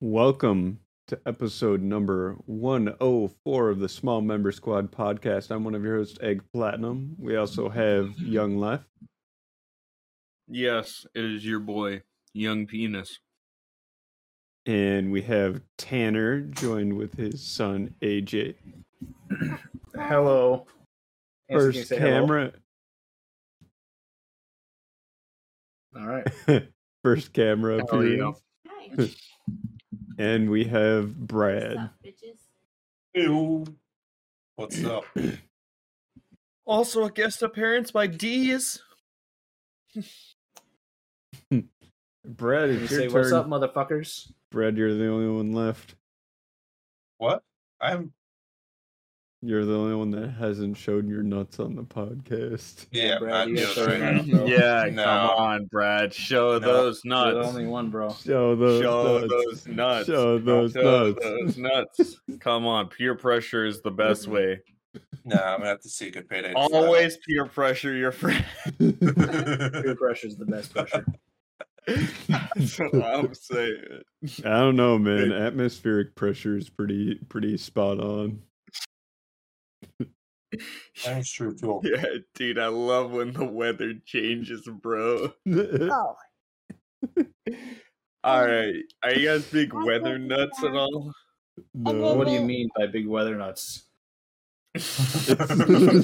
Welcome to episode number 104 of the Small Member Squad podcast. I'm one of your hosts, Egg Platinum. We also have Young Left. Yes, it is your boy, Young Penis. And we have Tanner joined with his son, AJ. Hello. Answer, can you First say hello? camera. All right. First camera How are you? appearance. And we have Brad. What's up? Also, a guest appearance by D's. Brad, Can you it's your say turn. what's up, motherfuckers? Brad, you're the only one left. What? I'm You're the only one that hasn't shown your nuts on the podcast. yeah. Brad, I'm you doing gotta it start right it. now, bro. Yeah, No. come on, Brad. Show No. those You're the nuts. only one, bro. Show those Show nuts. those nuts. Show those Show nuts. Mm-hmm. those nuts. Come on, peer pressure is the best way. No, I'm gonna have to syncopate it. uh, Always peer pressure your friend. Peer pressure is the best pressure. That's what I'm saying. I don't know, man. Atmospheric pressure is pretty pretty spot on. That's true too. Yeah, dude, I love when the weather changes, bro. All right, are you guys big weather nuts at all? No. What do you mean by big weather nuts? is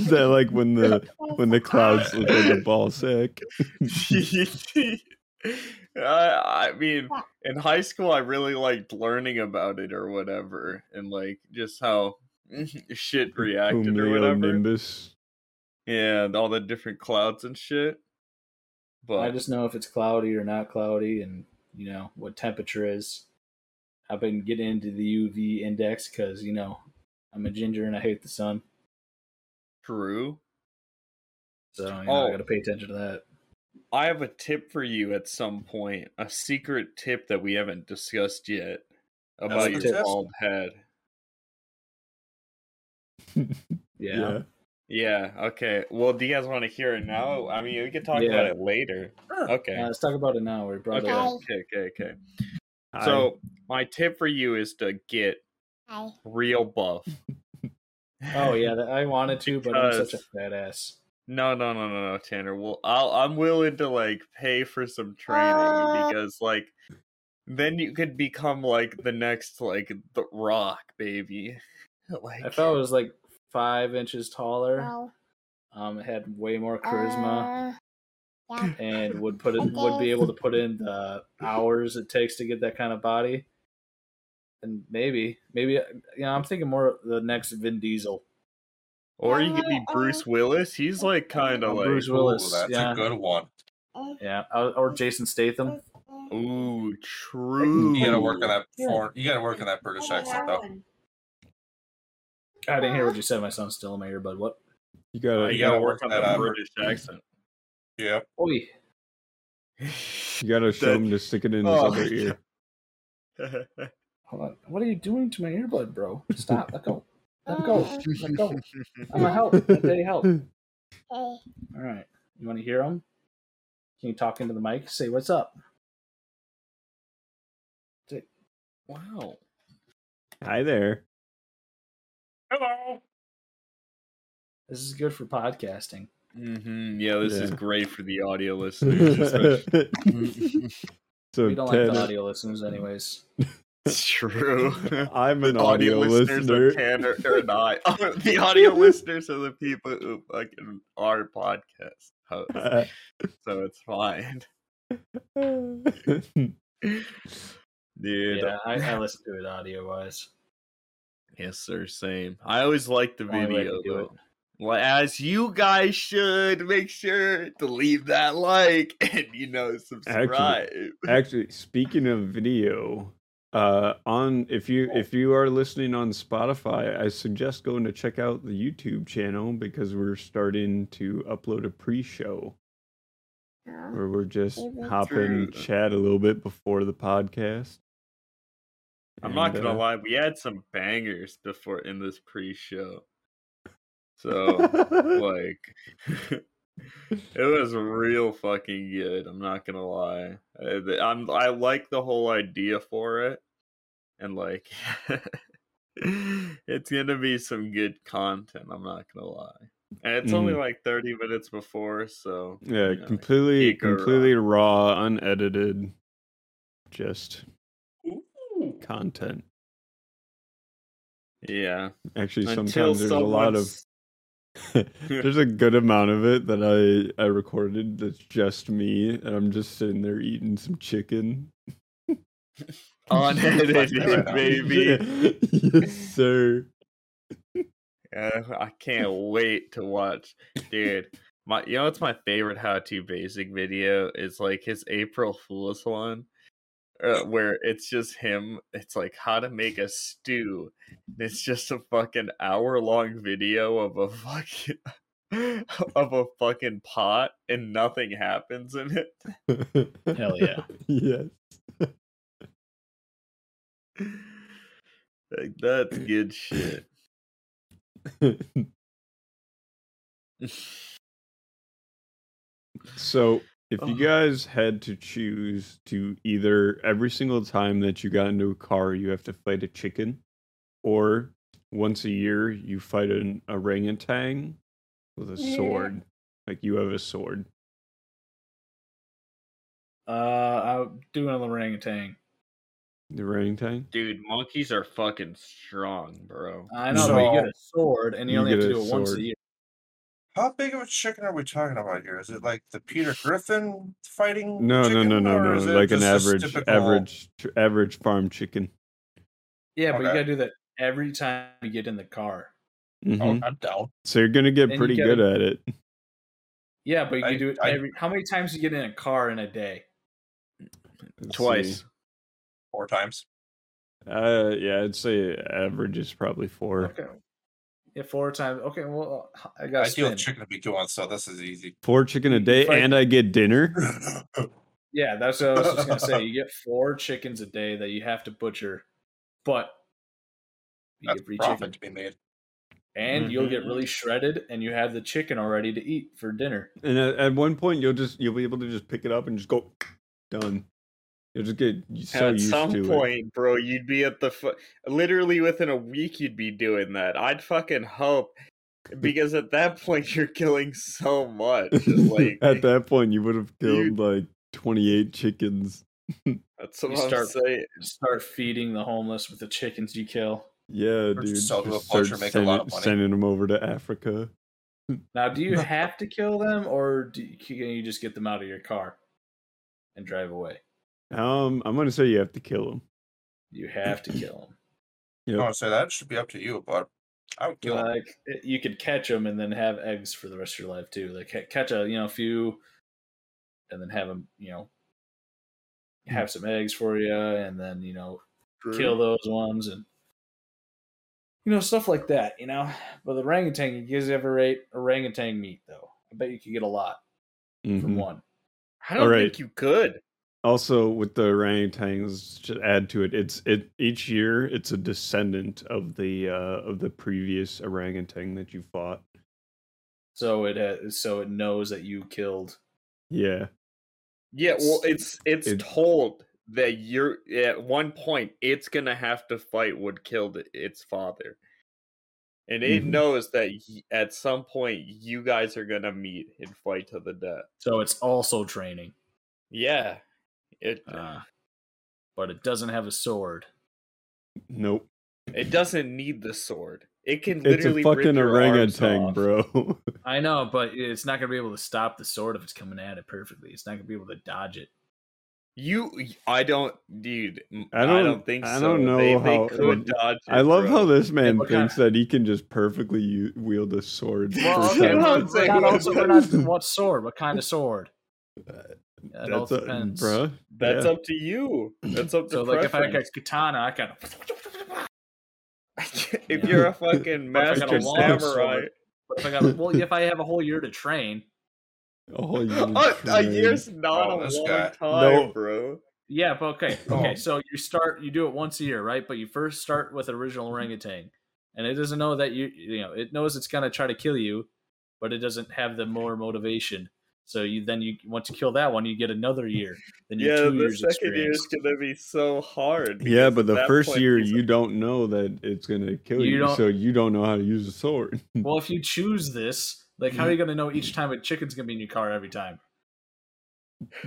that like when the when the clouds look like a ball sack? I, I mean, in high school, I really liked learning about it or whatever, and like just how shit reacted or whatever. Nimbus. Yeah, and all the different clouds and shit. I But just know if it's cloudy or not cloudy, and you know what temperature is. I've been getting into the UV index because you know I'm a ginger and I hate the sun, true. so you know, Oh. I got to pay attention to that. I have a tip for you at some point, a secret tip that we haven't discussed yet about That's your a tip. bald head. Yeah. Yeah, okay. Well, do you guys want to hear it now? I mean, we could talk about Yeah. it later. Okay. Uh, let's talk about it now. We brought Okay, it up. okay, okay, okay. I- So my tip for you is to get real buff. Oh yeah, that- I wanted to, but I'm such a Because- fat ass. No, no, no, no, no, Tanner. Well, I'll, I'm willing to like pay for some training Uh. because like then you could become like the next like the Rock, baby. like If I was like five inches taller, No. um, it had way more charisma. Uh, yeah. and would put in would be able to put in the hours it takes to get that kind of body. And maybe, maybe you know, I'm thinking more of the next Vin Diesel. or you could be Uh, uh. Bruce Willis. He's like kind of I'm like Bruce Willis, Ooh, that's yeah. a good one. Mm, Yeah, or or Jason Statham. mm, ooh, true. You gotta work on that Yeah. foreign, You gotta work on that British accent though. I didn't hear what you said. My son's still in my earbud. What? you gotta you You yeah. gotta, gotta work on that um, that out. British accent. Yeah. Oi! show him to stick it in his Oh. other ear. Hold on. What are you doing to my earbud, bro? Stop. Let go. Let go. Let go. I'm gonna help. I'm gonna help. All okay. right. You want to hear him? Can you talk into the mic? Say what's up. wow. Hi there. Hello. This is good for podcasting. hmm Yeah, this is Yeah. great for the audio listeners. especially. so We don't like the Tanner, audio listeners, anyways. It's true. I'm an The audio, listener. listeners are Tanner or not. the audio listeners are the people who fucking are podcast hosts, so it's fine, dude. Yeah, I, I listen to it audio wise. Yes, sir. Same. I always like the Only way to video do though. Well, as you guys should, make sure to leave that like and you know subscribe. Actually, speaking of video, uh, on if you if you are listening on Spotify, I suggest going to check out the YouTube channel because we're starting to upload a pre-show No. where we're just Mhm. hop True. and chat a little bit before the podcast. I'm not And, gonna uh, lie, we had some bangers before in this pre-show. So like it was real fucking good. I'm not gonna lie. I- th- I'm I like the whole idea for it. and like it's gonna be some good content. I'm not gonna lie. And it's only Mhm. like 30 minutes before, so Yeah, you know, like, completely, can't go wrong. completely raw, unedited, just Ooh. content. yeah. Actually, Until sometimes there's a lot of someone's- there's a good amount of it that I I recorded that's just me, and I'm just sitting there eating some chicken. Oh, unedited, baby. yes, sir. Uh, I can't wait to watch, dude. My, you know, what's my favorite how to basic video. It's like his April Fool's one, uh, where it's just him. It's like how to make a stew. and It's just a fucking hour long video of a fucking of a fucking pot, and nothing happens in it. Hell yeah. yes. Like that's good shit. So, if you Ugh. guys had to choose to either every single time that you got into a car, you have to fight a chicken, or once a year you fight an orangutan with a Yeah. sword, like you have a sword. Uh, I'm doing an orangutan. The orangutan. Dude, monkeys are fucking strong, bro. I know, but you So- get a sword, and you, You only have get to a do it once a sword. year. How big of a chicken are we talking about here? Is it like the Peter Griffin fighting? No, chicken, no, no, or no, is no. it Like an just this average, typical- average, tr- average farm chicken. Yeah, but you Okay. gotta do that every time you get in the car. Mhm. Mm-hmm. Oh, I'm down. So you're gonna get Then you pretty gotta- good at it. Yeah, but you I- can do it I- every. how many times do you get in a car in a day? Let's Twice. see. Four times. Uh, yeah, I'd say average is probably four. Okay. Yeah, four times. Okay, well, I I got deal with spin. chicken to be going, so this is easy. Four chicken a You day, fight- and I get dinner. Yeah, that's what I was just gonna say. You get four chickens a day that you have to butcher, but you That's get free chicken, profit to be made. and you'll get Mhm. really shredded, and you have the chicken already to eat for dinner. And at, at one point, you'll just you'll be able to just pick it up and just go done. You'll just get y- so at used some to it. point, bro, you'd be at the fu- literally within a week you'd be doing that. I'd fucking hope because at that point you're killing so much. It's like at that point, you would have You- killed like twenty eight chickens. that's what You I'm start- saying. Start feeding the homeless with the chickens you kill. Yeah, just dude. sell to a just butcher, start make a lot of sending- money. Sending them over to Africa. Now, do you have to kill them, or do you, can you just get them out of your car and drive away? Um, I'm gonna say you have to kill them. You have to kill I Yep. would say Oh, that should be up to you, but I would them. kill it. Like it- you could catch them and then have eggs for the rest of your life too. Like ca- catch a you know a few, and then have them you know have some eggs for you, and then you know kill those ones and you know stuff like that. You know, but the orangutan you guys ever rate orangutan meat though? I bet you could get a lot from Mhm. one. I don't Alright. think you could. Also, with the orangutans, to add to it, it's it each year it's a descendant of the uh of the previous orangutan that you fought. So it ha- so it knows that you killed Yeah. Yeah, well, it's it's It- told that you're at one point it's gonna have to fight what killed it- its father, and it Mhm. knows that y- at some point you guys are gonna meet and fight to the death. So it's also training, Yeah, it uh, but it doesn't have a sword. Nope. it doesn't need the sword. It can It's literally a fucking rip your arms orangutan, off. bro. I know, but it's not going to be able to stop the sword if it's coming at it perfectly. It's not going to be able to dodge it. You, I don't, dude. m- I I don't, don't- think so. I don't know they, how- they could dodge. I it, love bro. how this man what thinks that he can just perfectly u- wield a sword. Well, for okay, some- well, but we're not also, we're not, That's what sword? What kind of sword? It all That's a, depends. bruh. That's yeah. up to you. That's up to So, like, if I got preference. katana, I can. if Yeah. you're a fucking Or if I got a master long samurai, sword. But if I got, well, if I have a whole year to train, a whole year. a, a year's not Oh, a this long guy. time, No. bro. yeah. But okay, Oh. okay. So you start, you do it once a year, right? But you first start with original orangutan, and it doesn't know that you, you know, it knows it's going to try to kill you, but it doesn't have the more motivation So you then you once you kill that one, you get another year. Then you Yeah, yeah, two the years second year experience. is gonna be so hard. Yeah, because but at the that first point year he's you don't know that it's gonna kill You you, don't- so you don't know how to use a sword. Well, if you choose this, like how are you going to know each time a chicken's going to be in your car every time?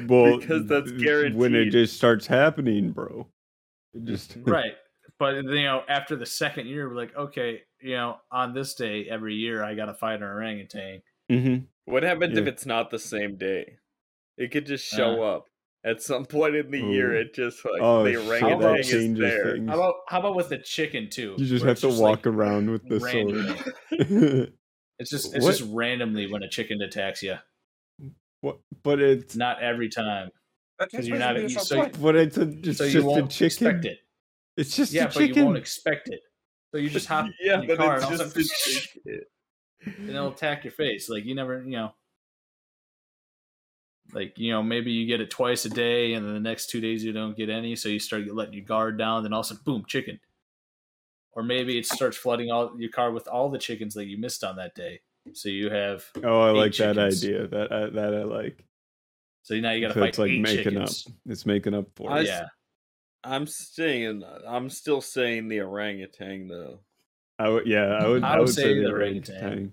Well, Because that's when it guaranteed. just starts happening, bro. It just Right. But you know, after the second year, we're like, okay, you know, on this day every year, I got to fight an orangutan. Mhm. What happens if Yeah. Uh. it's not the same day? It could just show up at some point in the year. Ooh. It just like Oh, the shit, orangutan that is changes there. things. How about how about with the chicken too? Mm. You just where have it's to walk like, around with the random. sword. It's just it's What? just randomly when a chicken attacks you. what? But it's Not every time. That 'Cause takes you're place not in at the ease, original so you- play. but it's a, it's so just you a won't expect chicken. it. It's just yeah, a but you chicken. won't expect it. So you just hop Yeah, in your but car it's and all just of a it- and it'll attack your face. Like you never, you know, like you know, maybe you get it twice a day, and then the next two days you don't get any, so you start letting your guard down. Then all of a sudden, boom, chicken. Or maybe it starts flooding all your car with all the chickens that you missed on that day. So you have, oh, I Eight like that chickens. idea. That I, that I like. so now you got to So fight it's like eight making chickens. up. It's making up for it. I s- yeah, I'm saying I'm still saying the orangutan though. I would, yeah, I would. I would, say, the orangutan.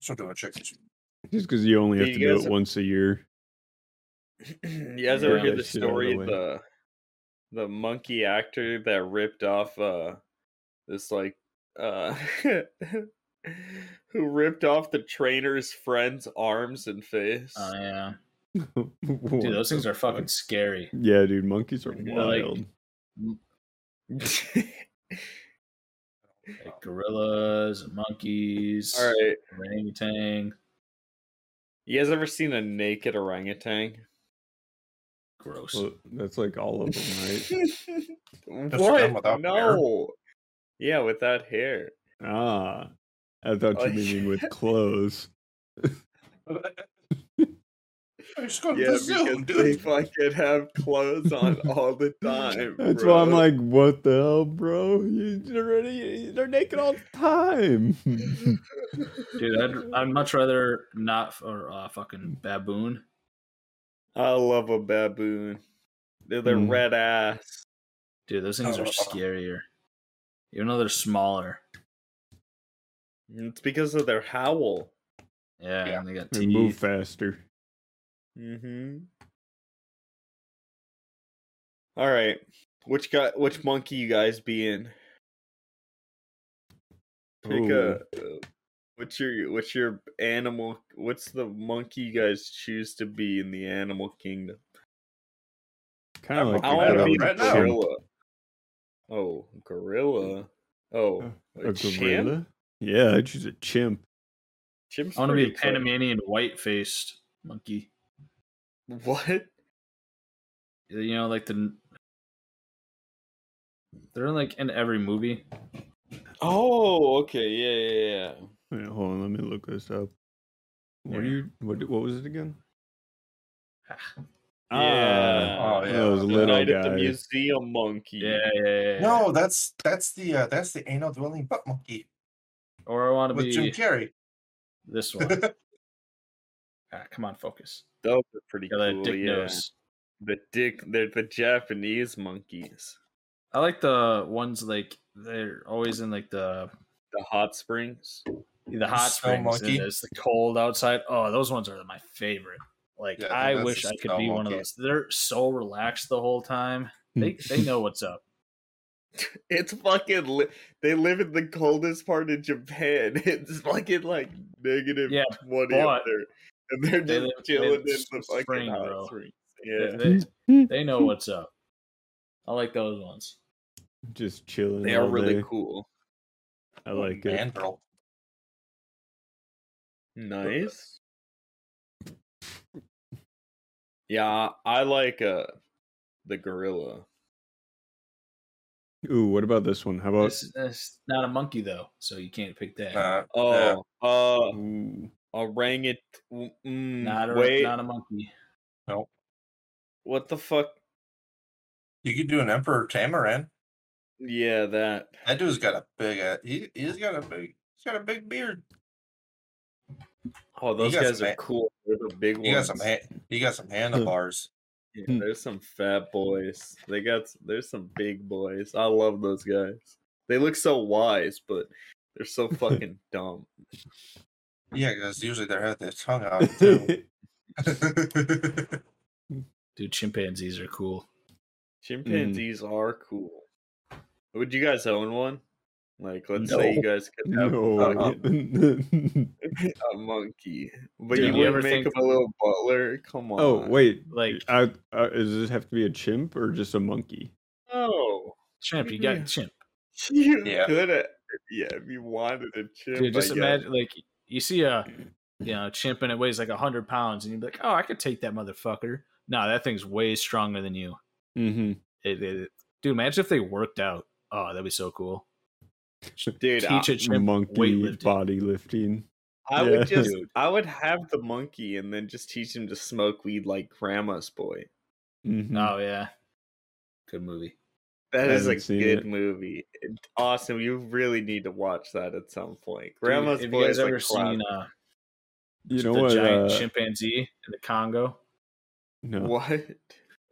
So doing chickens. Just because you only Do have you to do guys- it once a year. you guys Yeah, ever hear that the shit out of the story way. of the the monkey actor that ripped off uh this like uh who ripped off the trainer's friend's arms and face? Uh. oh yeah, What dude, those the things are fucking fuck? scary. Yeah, dude, monkeys are Yeah, like- wild. Like gorillas, monkeys, All right. orangutan, You guys ever seen a naked orangutan? gross. Well, that's like all of them, right? one what? without No. Yeah, without hair. ah, I thought you Like- meaning with clothes. I just go to Yeah, the zoo, because they dude. fucking have clothes on all the time. That's bro. why I'm like, what the hell, bro? You are already they're naked all the time. Dude, I'd, I'd much rather not f- or uh, fucking baboon. I love a baboon. They're the Mm. red ass. Dude, those things are Oh. scarier. Even though they're smaller. It's because of their howl. Yeah, Yeah. and they got they move teeth. faster. Mm-hmm. All right, which guy? Which monkey you guys be in? Pick Ooh. a. uh, What's your what's your animal? What's the monkey you guys choose to be in the animal kingdom? kind of like I a want to goat be the right now. chimp. gorilla. Oh, gorilla. Oh, a, A chimp? gorilla? Yeah, I'd choose a chimp. Chimp's I want to be pretty a clever. Panamanian white faced monkey. What? You know, like the. They're in like in every movie. Oh, okay, yeah, yeah, yeah. Wait, hold on, let me look this up. What do Yeah. you what do- what was it again? Oh, Yeah. Ah, Oh, yeah. Those The little Night at the guys. museum monkey. Yeah, yeah, yeah, yeah. No, that's that's the uh, that's the anal dwelling butt monkey Or I want to with Jim be Carrey. this one. Ah, come on, focus. Those are pretty Got that cool. dick yeah. nose. The dick, they're the Japanese monkeys. I like the ones like they're always in like the The hot springs. the hot snow springs monkey. and it's the cold outside. Oh, those ones are my favorite. Like Yeah, I think I that's wish the I could snow be one of monkey. those. They're so relaxed the whole time. They they know what's up. It's fucking. Li- they live in the coldest part of Japan. It's fucking like negative Yeah, twenty up but there, and they're they just live- they chilling live in the s- fucking spring, hot bro. springs. They- Yeah, They, they know what's up. I like those ones. Just chilling. they are all really day. cool. I like it. Mandrel. Nice. Yeah, I like uh the gorilla. Ooh, what about this one? How about It's, it's not a monkey though, so you can't pick that. Uh, yeah. Oh, uh, Ooh, orangut. Mm, not a wait, not a monkey. what the fuck? You could do an Emperor Tamaran. Yeah, that. That dude's got a big. Uh, he he's got a big. He's got a big beard. Oh, those got guys some are ha- cool. They're the big You got ones. some ha- you got some handlebars. Yeah, Hmm. there's some fat boys. They got there's some big boys. I love those guys. They look so wise, but they're so fucking Mm. dumb. Yeah, because usually they have their tongue out too. Dude, chimpanzees are cool. Chimpanzees are cool. Would you guys own one? Like, let's No. say you guys could have a, no. a monkey, but you Dude, you would ever not make think- him a little butler. Come on. oh wait, Like I, I, does this have to be a chimp or just a monkey? no. chimp, you Yeah. got chimp. You Yeah. could, have, yeah, if you wanted a chimp. Dude, just I guess. imagine like you see a you know chimp and it weighs like hundred pounds, and you'd be like, "Oh, I could take that motherfucker." No, that thing's way stronger than you. Mm-hmm. It, it, it- dude, imagine if they worked out. Oh, that'd be so cool. Dude, I- Teach a chimp Monkey weightlifting. body lifting. I would Yeah. just Dude. I would have the monkey and then just teach him to smoke weed like grandma's boy. Mm-hmm. Hmm. Oh yeah, good movie. That I is a haven't seen good it. movie. It's awesome. You really need to watch that at some point. Grandma's Dude, have boy you is guys like ever seen classic. uh, You know the what? giant uh, chimpanzee in the Congo? no. what?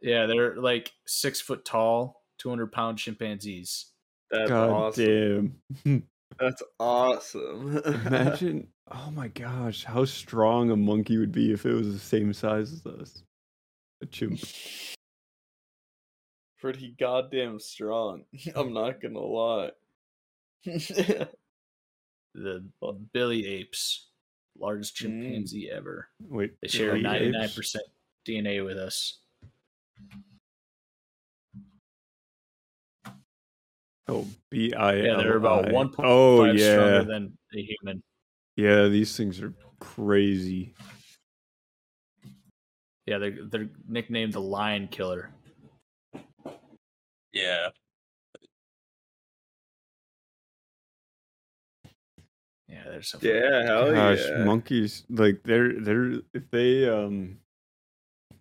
Yeah, they're like six foot tall, two hundred pound chimpanzees. That's God awesome. damn. That's awesome. Imagine. Oh my gosh, how strong a monkey would be if it was the same size as us. A chimp. Pretty goddamn strong. I'm not gonna lie. The Billy apes, largest chimpanzee ever. Wait. They share eight ninety nine Hmm. apes? percent DNA with us. Oh, B I L. Yeah, they're about I. one point five Oh stronger yeah, than a human. yeah. These things are crazy. Yeah, they're they're nicknamed the Lion Killer. yeah. Yeah, they're so fucking- yeah, hell Gosh, yeah. monkeys like they're they're if they um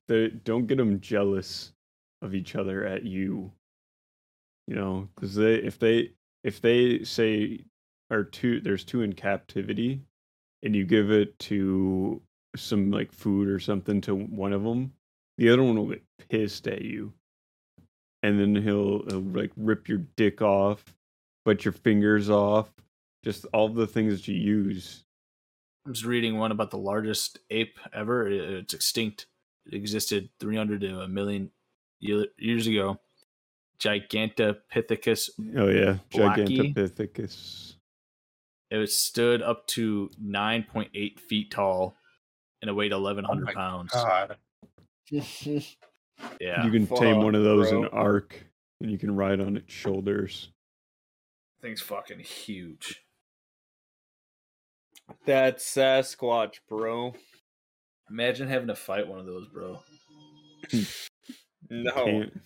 they don't get them jealous of each other at you, you know, because they if they if they say are two there's two in captivity, and you give it to some like food or something to one of them, the other one will get pissed at you, and then he'll, he'll like rip your dick off, but your fingers off, just all the things that you use I was reading one about the largest ape ever. It- It's extinct. It existed 300 to a million year- years ago. Gigantopithecus. Oh yeah, Blackie. Gigantopithecus. It was stood up to 9.8 feet tall and it weighed 1,100 my pounds. God. Yeah. you can tame Fuck, one of those in bro. Ark, and you can ride on its shoulders. thing's fucking huge. That's Sasquatch, bro. Imagine having to fight one of those, bro. No. Can't-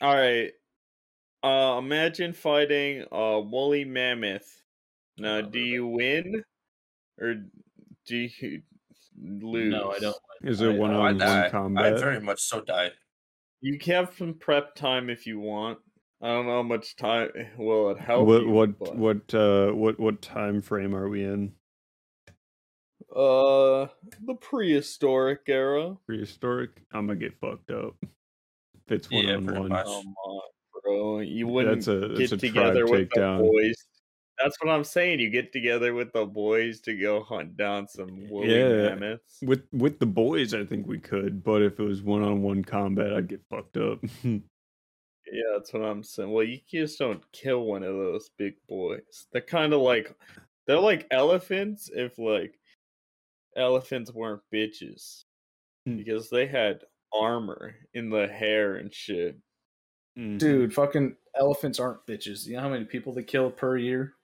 All right. Uh, imagine fighting a woolly mammoth. Now, Uh, do you win or do you lose? No, I don't. Is I- it I- one I on die. one I combat? very much so die. You can have some prep time if you want. I don't know how much time will it help. What you, what but- what uh what what time frame are we in? Uh, the prehistoric era. Prehistoric? I'm gonna get fucked up. If it's one Yeah, on pretty much. one. Come on, bro. You wouldn't That's a that's get a together tribe with the takedown. boys. That's what I'm saying. You get together with the boys to go hunt down some woolly Yeah. mammoths. With with the boys, I think we could, but if it was one on one combat, I'd get fucked up. Mm-hmm. Yeah, that's what I'm saying. Well, you just don't kill one of those big boys. They're kind of like they're like elephants if like elephants weren't bitches Hmm. because they had armor in the hair and shit. Dude, fucking elephants aren't bitches. You know how many people they kill per year?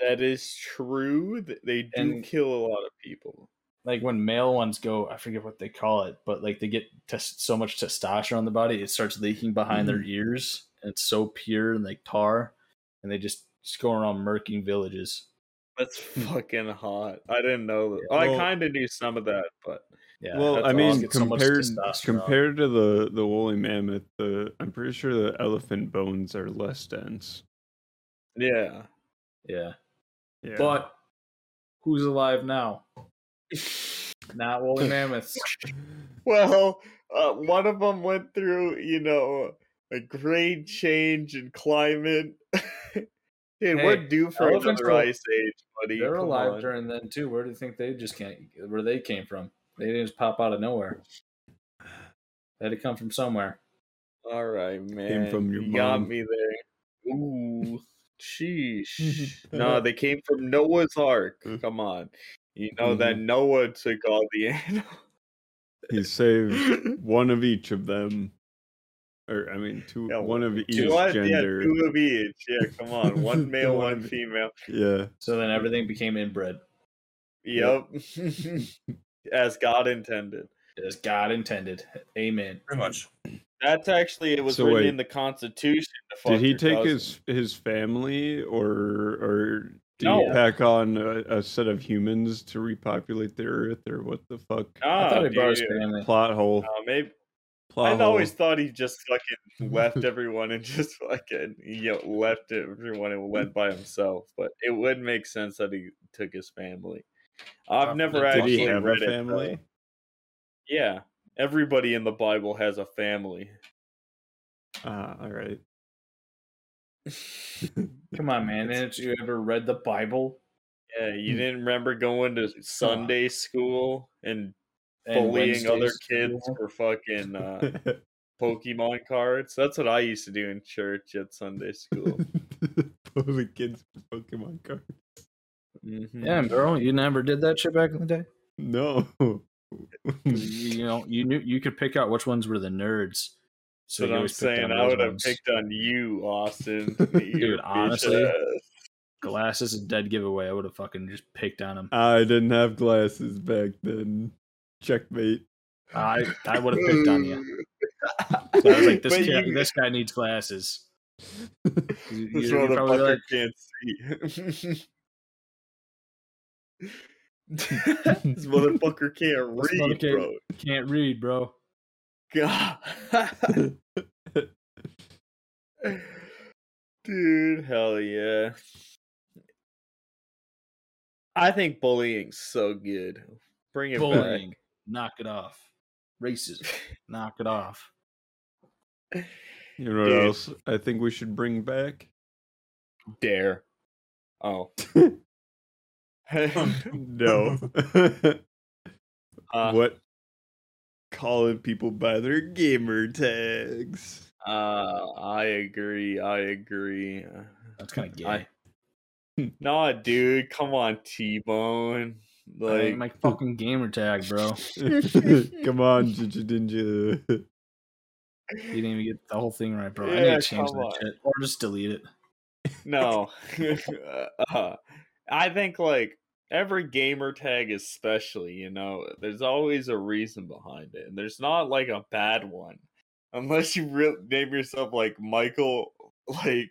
That is true. th- They do And- kill a lot of people. like when male ones go, I forget what they call it, but like they get tes- so much testosterone in the body, it starts leaking behind Mm-hmm. their ears, and it's so pure and like tar, and they just, just go around murking villages. That's fucking hot. I didn't know that. I Well- kind of knew some of that, but Yeah, well, that's I awesome. mean, Get so much compared testosterone. compared to the the woolly mammoth, the I'm pretty sure the elephant bones are less dense. yeah. yeah. Yeah. But Who's alive now? Not woolly mammoths. Well, uh, one of them went through, you know, a great change in climate. Dude, we're Hey, due for elephants another are- ice age, buddy. They're Come alive on. during then too. Where do you think they just can't? Where they came from? They didn't just pop out of nowhere. They had to come from somewhere. All right, man. from your you got mom. me there. Ooh, sheesh. no, they came from Noah's Ark. Come on. You know that Noah took all the animals. He saved one of each of them, or I mean, two, Yeah, one of each What? Yeah, gender. two of each. Yeah, come on. One male, One one of- female. Yeah, So then everything became inbred, Yep. As God intended. as God intended. Amen. Pretty much. That's actually it was So written wait. in the Constitution. to fuck did he your take cousin. his his family, or or did he No. pack on a, a set of humans to repopulate the earth, or what the fuck? Nah, I thought he brought his Oh, dude. family. Plot hole. Nah, maybe Plot I hole. always thought he just fucking left everyone and just fucking you know, left everyone and went by himself. But it would make sense that he took his family. I've Um, never did Did actually he have a read family? it. though. Yeah, everybody in the Bible has a family. Ah, all right. Come on, man! Haven't you ever read the Bible? Yeah, Hmm. you didn't remember going to Sunday school and And bullying other Wednesdays? kids for fucking uh, Pokemon cards? That's what I used to do in church at Sunday school. Bully kids with Pokemon card. Mhm. Yeah, bro, you never did that shit back in the day. No. 'Cause You, you know, you knew you could pick out which ones were the nerds. So you I'm always picked on saying I those would have ones. picked on you, Austin. Dude, bitch honestly. ass. Glasses is a dead giveaway. I would have fucking just picked on him. I didn't have glasses back then. Checkmate. I I would have picked on you. So I was like, this But kid, you- this guy needs glasses. You, this you're probably motherfucker like, can't see. this motherfucker can't This read, motherfucker- bro. can't read, bro. God. Dude, hell yeah. I think bullying's so good. Bring it Bullying, knock it off. Racism, back. knock it off. You know what Dude. else I think we should bring back? Dare. Oh. No. Uh, what? Calling people by their gamer tags. uh, I agree. I agree. That's kind of gay. I- Nah, dude. Come on, T Bone. I Like, ain't my fucking gamer tag, bro. Come on, Jiji Ninja. You didn't even get the whole thing right, bro. I Yeah, need to change come that on. shit or just delete it. no. Uh, I think, like, every gamer tag is special, you know? There's always a reason behind it. And there's not, like, a bad one. Unless you re- name yourself, like, Michael, like,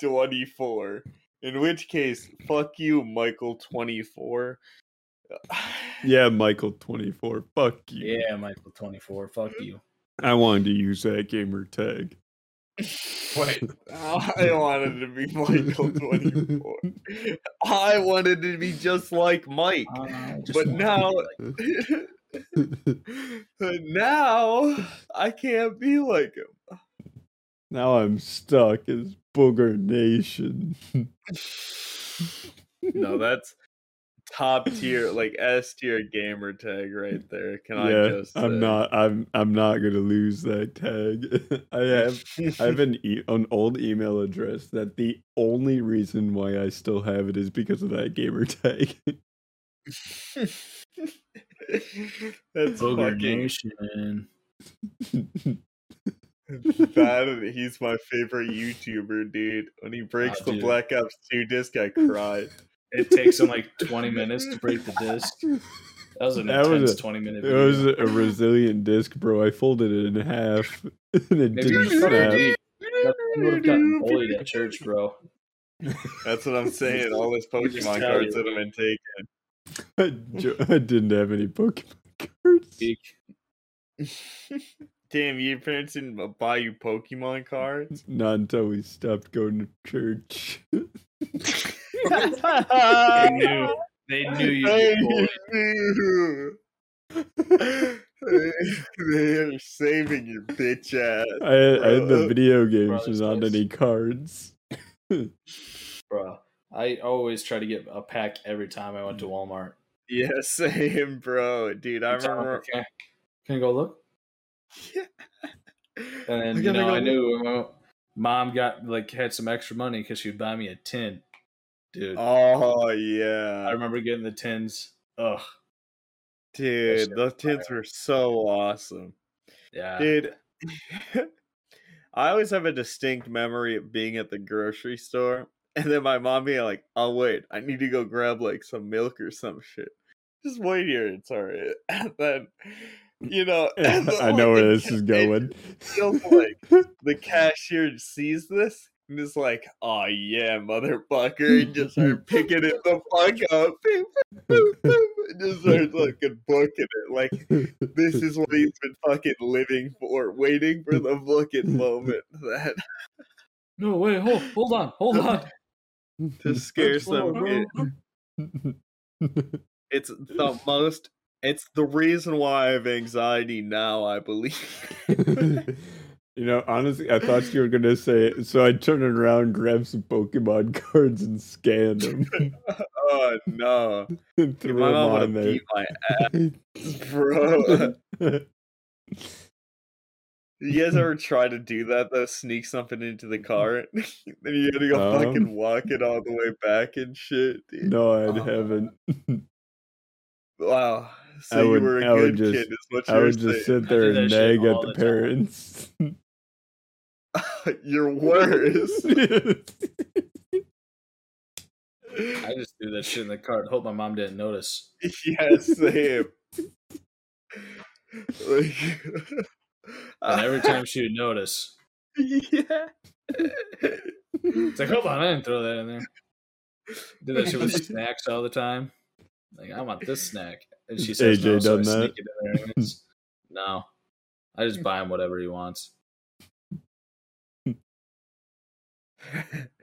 24. In which case, fuck you, Michael 24. Yeah, Michael 24. Fuck you. Yeah, Michael twenty four. Fuck you. I wanted to use that gamer tag. Wait. I wanted to be Michael 24. I wanted to be just like Mike. I Uh, just But wanna be now- like- but now I can't be like him. now I'm stuck as Booger Nation. No, that's top tier, like S tier gamer tag right there. Can I yeah, just I'm not. I'm. I'm not gonna lose that tag. I have. I have an e- an old email address that the only reason why I still have it is because of that gamer tag. That's Booger fucking Nation. bad. and He's my favorite YouTuber, dude. When he breaks Ah, the dude. Black Ops 2 disc, I cry. It takes him like 20 minutes to break the disc. That was an That was intense a- 20 minute it video. was a resilient disc, bro. I folded it in half, and it Maybe didn't you should snap. have beat- that- you would have gotten bullied at church, bro. That's what I'm saying. All his just Pokemon tell cards you. that have been taken. I, jo- I didn't have any Pokemon cards. Damn, your parents didn't b- buy you Pokemon cards? Not until we stopped going to church. They knew. They knew you. They boy. knew. they are saving your bitch ass. I, I had the Bro. video games, Brother's there's not place. any cards. Bro, I always try to get a pack every time I went to Walmart. Yeah, same, bro, dude. I remember. Can I, can I go look? And then, I you gotta know, go I look. knew my mom got like had some extra money because she'd buy me a tin, dude. Oh I yeah, remember getting the tins. Ugh, dude, shit those was fire. tits were so awesome, Uh, yeah, dude. I always have a distinct memory of being at the grocery store, and then my mom being like, "Oh wait, I need to go grab like some milk or some shit. Just wait here, it's alright." And then, you know, and the- I know like, where the this is ca- going. feels like the cashier sees this and is like, "Oh yeah, motherfucker!" and just start picking it the fuck up, and just start fucking booking it. Like this is what he's been fucking living for, waiting for the fucking moment that No, wait, hold, hold on, hold on. to scare slow, some. bro. It, it's the most. It's the reason why I have anxiety now. I believe. you know, honestly, I thought you were gonna say it, so I turned around, grabbed some Pokemon cards, and scanned them Oh no! and Dude, threw my them mom on would have there. beat my ass, bro. You guys ever try to do that though? Sneak something into the car, then you had to go fucking Um, walk it all the way back and shit. Dude. no, I Oh. haven't. Wow. So I you would- were a I good would kid, just- is what I you're would just saying. sit I do there that and shit nag at all the the time. parents. you're worse. I just threw that shit in the cart. Hope my mom didn't notice. yes, same. like, And every time she would notice, yeah. it's like, hold on, I didn't throw that in there. Did that shit with snacks all the time. Like, I want this snack, and she says, AJ no, so I done that? sneak it in there anyways. no, I just buy him whatever he wants.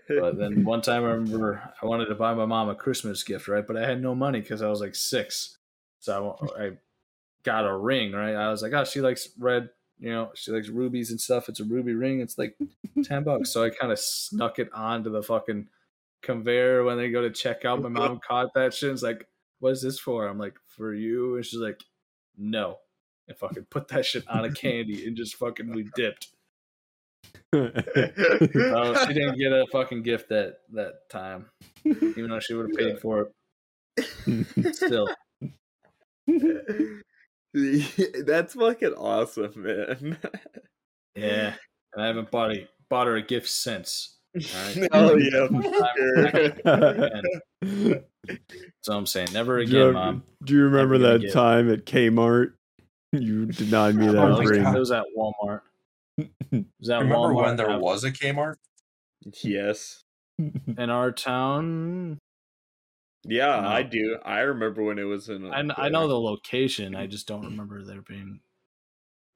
But then one time I remember I wanted to buy my mom a Christmas gift, right? But I had no money because I was like six. So I, I got a ring, right? I was like, oh, she likes red, you know, she likes rubies and stuff. It's a ruby ring. It's like 10 bucks. So I kind of snuck it onto the fucking conveyor when they go to check out. My mom caught that shit. It's like, what is this for? I'm like, for you. And she's like, no. And fucking put that shit on a candy and just fucking we dipped. So she didn't get a fucking gift that that time, even though she would have paid for it. Still, That's fucking awesome, man. yeah. And I haven't bought a bought her a gift since. Alright. Hell Oh, yeah, for sure. And so I'm saying, never do, you, again, mom. do you remember Never gonna that get it. time at Kmart? You denied me that Oh No, my it was- ring. God. It was at Walmart. It was at Remember Walmart when there out was a Kmart? yes. in our town? Yeah, No. I do. I remember when it was in. I, kn- I know the location. I just don't remember there being.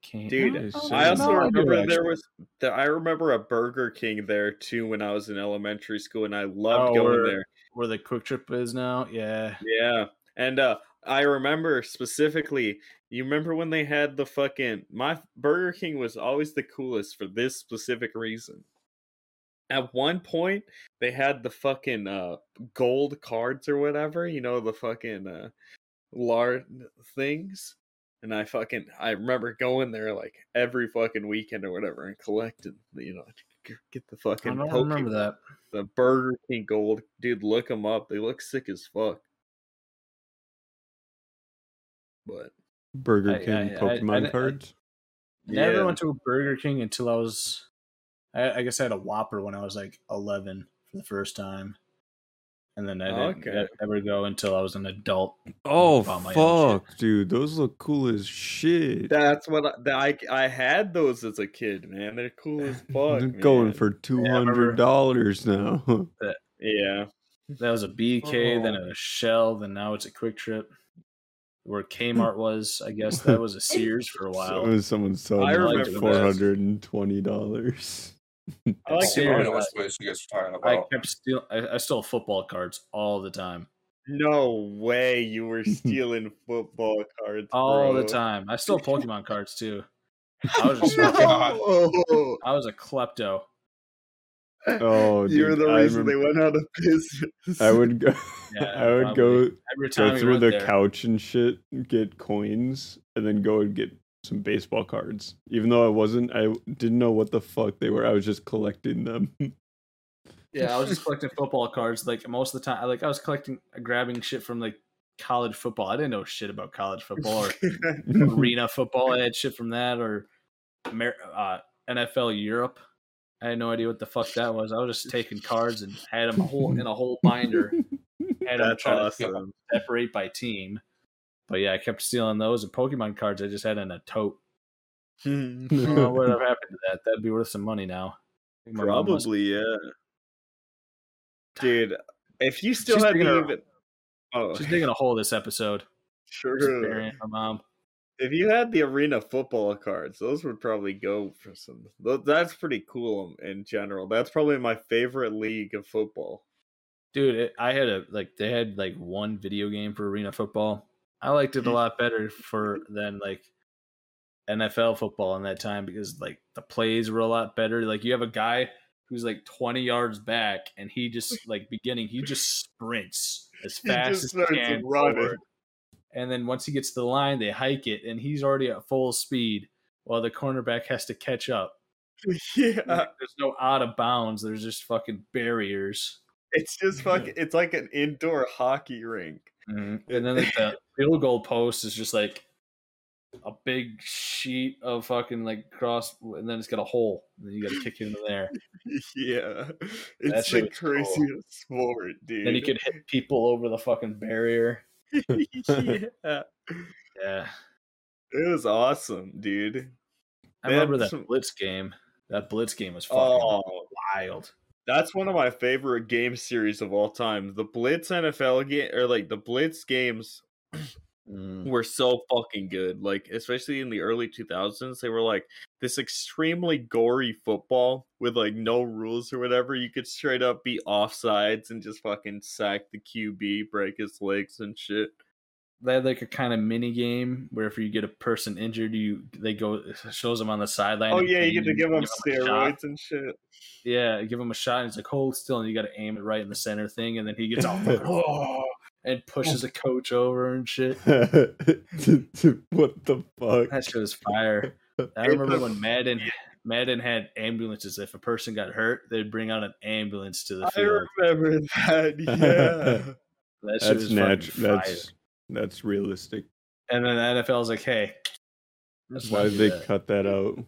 Can- Dude, Oh, I also No, I do, remember there actually. was. The, I remember a Burger King there too when I was in elementary school, and I loved Oh, going or- there. where the Quick Trip is now. Yeah, Yeah, and uh, I remember specifically. You remember when they had the fucking my Burger King was always the coolest for this specific reason. At one point, they had the fucking uh, gold cards or whatever, you know, the fucking uh, large things. And I fucking I remember going there like every fucking weekend or whatever and collecting, you know, g- get the I fucking don't Poke- remember that. the Burger King gold. Dude, look them up. They look sick as fuck. But Burger I- King I- I- I Pokemon di- I- cards. Never Yeah. went to a Burger King until I was, I, I guess I had a Whopper when I was like 11 for the first time. And then I didn't Okay. e- ever go until I was an adult. Oh Bought my own shit. fuck, dude, those look cool as shit. that's what I, that I I had those as a kid, man. They're cool as fuck. They're going man. for two I remember- hundred dollars now. yeah. That was a BK, then Oh. a Shell, then now it's a Quick Trip. Where Kmart was, I guess that was a Sears for a while. So, someone sold I them for remember like that. four hundred and twenty dollars. I like I Serious. know which place you guys are talking I about. kept steal. I, I stole football cards all the time. No way you were stealing football cards all bro. the time. I stole Pokemon cards too. I was just No. No. I was a klepto. Oh, You're dude, the I reason they remember- went out of business. I would go. Yeah, I would probably. go Every time go we through went the there, couch and shit, get coins, and then go and get some baseball cards. Even though I wasn't, I didn't know what the fuck they were. I was just collecting them. Yeah, I was just collecting football cards. Like most of the time, like I was collecting, uh, grabbing shit from like college football. I didn't know shit about college football or arena football. I had shit from that or Amer- uh, NFL Europe. I had no idea what the fuck that was. I was just taking cards and had them whole in a whole binder. Had 'em That's trying to awesome. separate by team. But yeah, I kept stealing those and Pokemon cards. I just had in a tote. I Hmm. don't know what happened to that. That'd be worth some money now. I think my mom must- Probably, yeah. Dude, if you still She's hadn't digging her- even Oh, She's digging a hole this episode. She's sure. burying my mom. If you had the arena football cards, those would probably go for some. tho- That's pretty cool in general. That's probably my favorite league of football. dude it, i had a like they had like one video game for arena football i liked Hmm. it a lot better for than like nfl football in that time because like the plays were a lot better like you have a guy who's like 20 yards back and he just like beginning he just sprints as He fast just as starts he can running. forward. and then once he gets to the line they hike it and he's already at full speed while the cornerback has to catch up yeah, Like, there's no out of bounds there's just fucking barriers it's just fucking. It's like an indoor hockey rink. And then like, the field goal post is just like a big sheet of fucking like cross, and then it's got a hole. And then you got to kick it into there. Yeah, That it's shit the was cool. craziest sport, dude. Then you could hit people over the fucking barrier. yeah, Yeah, it was awesome, dude. I They had remember that some- blitz game. That blitz game was fucking Oh, wild. That's one of my favorite game series of all time. The Blitz NFL game, or like the Blitz games, Mm. were so fucking good. Like, especially in the early 2000s, they were like this extremely gory football with like no rules or whatever. You could straight up be offsides and just fucking sack the QB, break his legs and shit. They had like a kind of mini game where if you get a person injured, you they go it shows them on the sideline. Oh, and yeah, you get clean to and give them a shot. steroids and shit. Yeah, give him a shot. And he's like, hold still, and you got to aim it right in the center thing. And then he gets all fucking, "Whoa," and pushes a coach over and shit. what the That fuck? shit was fire. I It remember was- when Madden Madden had ambulances. If a person got hurt, they'd bring out an ambulance to the I field. remember that. Yeah. That shit That's was natural. natural. That's that's realistic. and then the NFL's like, hey, let's Why not did do they that. cut that out?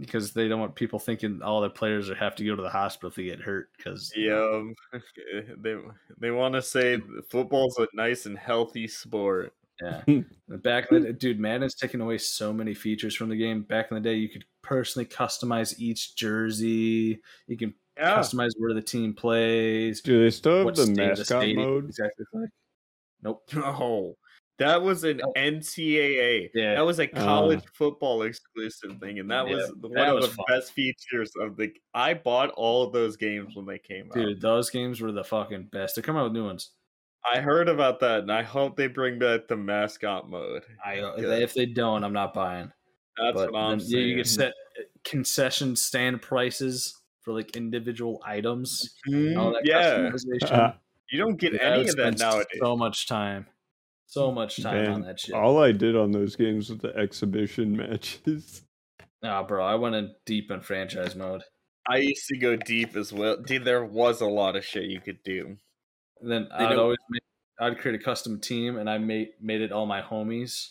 because they don't want people thinking all their players are have to go to the hospital if they get hurt. Because Yeah, um, they they want to say that football's a nice and healthy sport. Yeah. The Back in the day, dude, Madden's taken away so many features from the game. Back in the day, you could personally customize each jersey. You can Yeah, customize where the team plays. Do they still have what the state mascot stadium mode? Exactly. Nope. no, that was an Oh. NCAA. Yeah. Uh-huh. that was a Uh. college football exclusive thing, and that Yeah, was the- that one was of the fun. best features of the. I bought all of those games when they came out. Dude, those games were the fucking best. They're coming out with new ones. I heard about that, and I hope they bring back the mascot mode. I Yeah. if they don't, I'm not buying. That's But what I'm then, yeah, saying. You can set concession stand prices for like individual items. and all Mm, that yeah, customization. Uh, you don't get Dude, I any would of that spend nowadays. So much time, so much time on Man, that shit. all I did on those games was the exhibition matches. Nah, bro, I went in deep in franchise mode. I used to go deep as well. Dude, there was a lot of shit you could do. And then They I'd don't- always make, I'd create a custom team, and I made made it all my homies.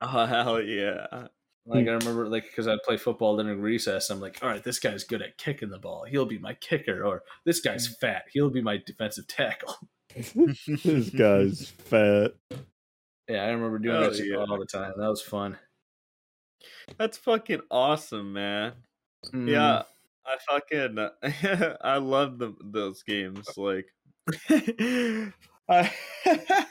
Oh hell yeah! Like I remember, like because I'd play football during recess, I'm like, all right, this guy's good at kicking the ball. He'll be my kicker, or this Hmm. guy's fat. He'll be my defensive tackle. this guy's fat. Yeah, I remember doing Hell that shit Oh, yeah. all the time. That was fun. That's fucking awesome, man. Mm-hmm. Hmm. Yeah, I fucking I love the, those games. Like, I,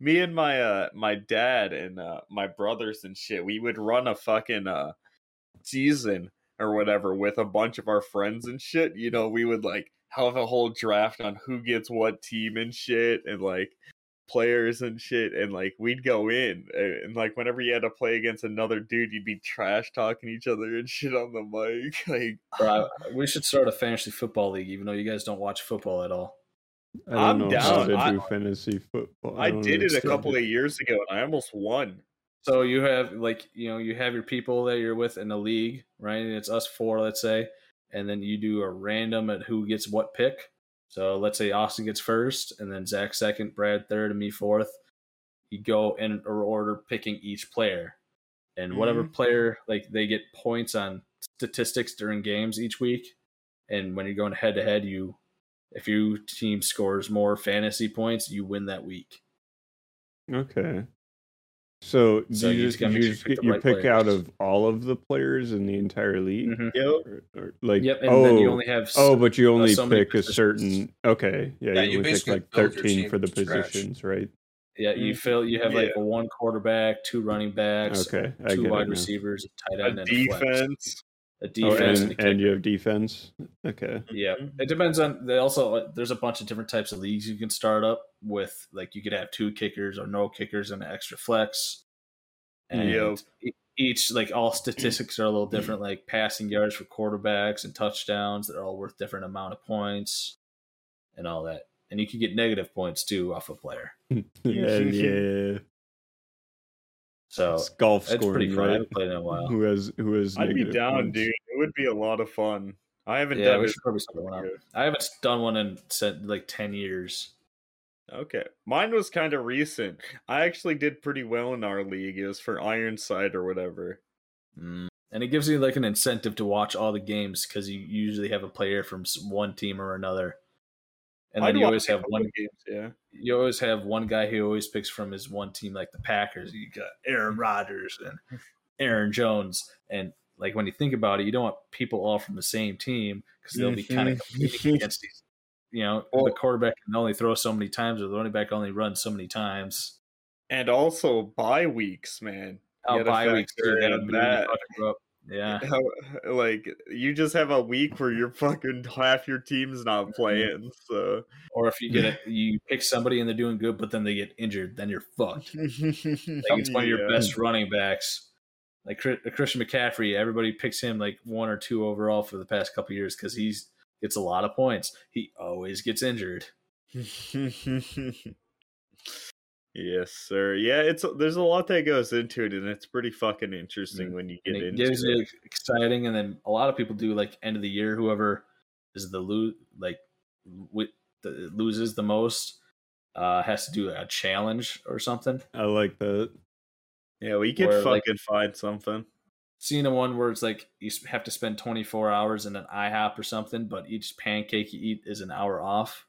me and my uh my dad and uh my brothers and shit, we would run a fucking uh season or whatever with a bunch of our friends and shit. You know, we would like have a whole draft on who gets what team and shit, and like players and shit and like we'd go in uh, and like whenever you had to play against another dude you'd be trash talking each other and shit on the mic like Bro, I- we should start a fantasy football league, even though you guys don't watch football at all. I don't I'm know down. how I- to do fantasy football. i don't did it a understand couple it. of years ago and i almost won So you have like you know you have your people that you're with in the league, right? And it's us four, let's say, and then you do a random at who gets what pick. So let's say Austin gets first, and then Zach second, Brad third, and me fourth. You go in or order picking each player, and whatever Mhm. player like they get points on statistics during games each week. And when you're going head to head, you if your team scores more fantasy points, you win that week. Okay. So, do So you, you just just, gotta you make sure you just pick get the your right pick out players. Mm-hmm. of all of the players in the entire league? yep Or, or, like, Yep, and oh, then you only have uh, oh, but you only so many pick a positions. certain. Okay, yeah, Yeah, you, you only pick basically like build your thirteen team for the from scratch. positions, right? Yeah, you Mhm. feel you have like a one quarterback, two running backs, Mm-hmm. Okay, I get two it wide now. receivers, a tight a end, and a flex. defense a Oh, defense, and, Mm-hmm. and, a and you kicker. have defense. Okay. Yeah, it depends on. They also uh, there's a bunch of different types of leagues you can start up with. Like you could have two kickers or no kickers and an extra flex. And Yep. e- each like all statistics are a little different. Like passing yards for quarterbacks and touchdowns, they're all worth different amount of points, and all that. And you can get negative points too off a player. yeah, yeah. So It's golf that's pretty scoring, fun. I right? haven't played in a while. Who has who has? i'd be negative down points? dude it would be a lot of fun i haven't Yeah, done we it should probably start one up. years. I haven't done one in se- like ten years. okay mine was kind of recent i actually did pretty well in our league it was for ironside or whatever And it gives you like an incentive to watch all the games because you usually have a player from s- one team or another, and I'd then you watch always a have couple one. games yeah You always have one guy who always picks from his one team, like the Packers. You got Aaron Rodgers and Aaron Jones, and like when you think about it, you don't want people all from the same team because they'll be kind of Mhm. competing against each. You know, the Well- quarterback can only throw so many times, or the running back only runs so many times. and also bye weeks man Oh, You gotta bye weeks factor too. Gotta in move that. the fucker up. Yeah. How, like you just have a week where your fucking half your team's not playing. So Or if you get it, you pick somebody and they're doing good, but then they get injured, then you're fucked. Like it's one of your Yeah. best running backs. Like Chri- uh, Christian McCaffrey, everybody picks him like one or two overall for the past couple years because he's gets a lot of points. He always gets injured. yes, sir. Yeah, it's there's a lot that goes into it, and it's pretty fucking interesting when you get and it into gives it. you exciting, and then a lot of people do like end of the year. Whoever is the lo- like wi- the, loses the most uh, has to do a challenge or something. I like that. Yeah, we could where, fucking like- find something. seen a one where it's like you s- have to spend 24 hours in an IHOP or something, but each pancake you eat is an hour off.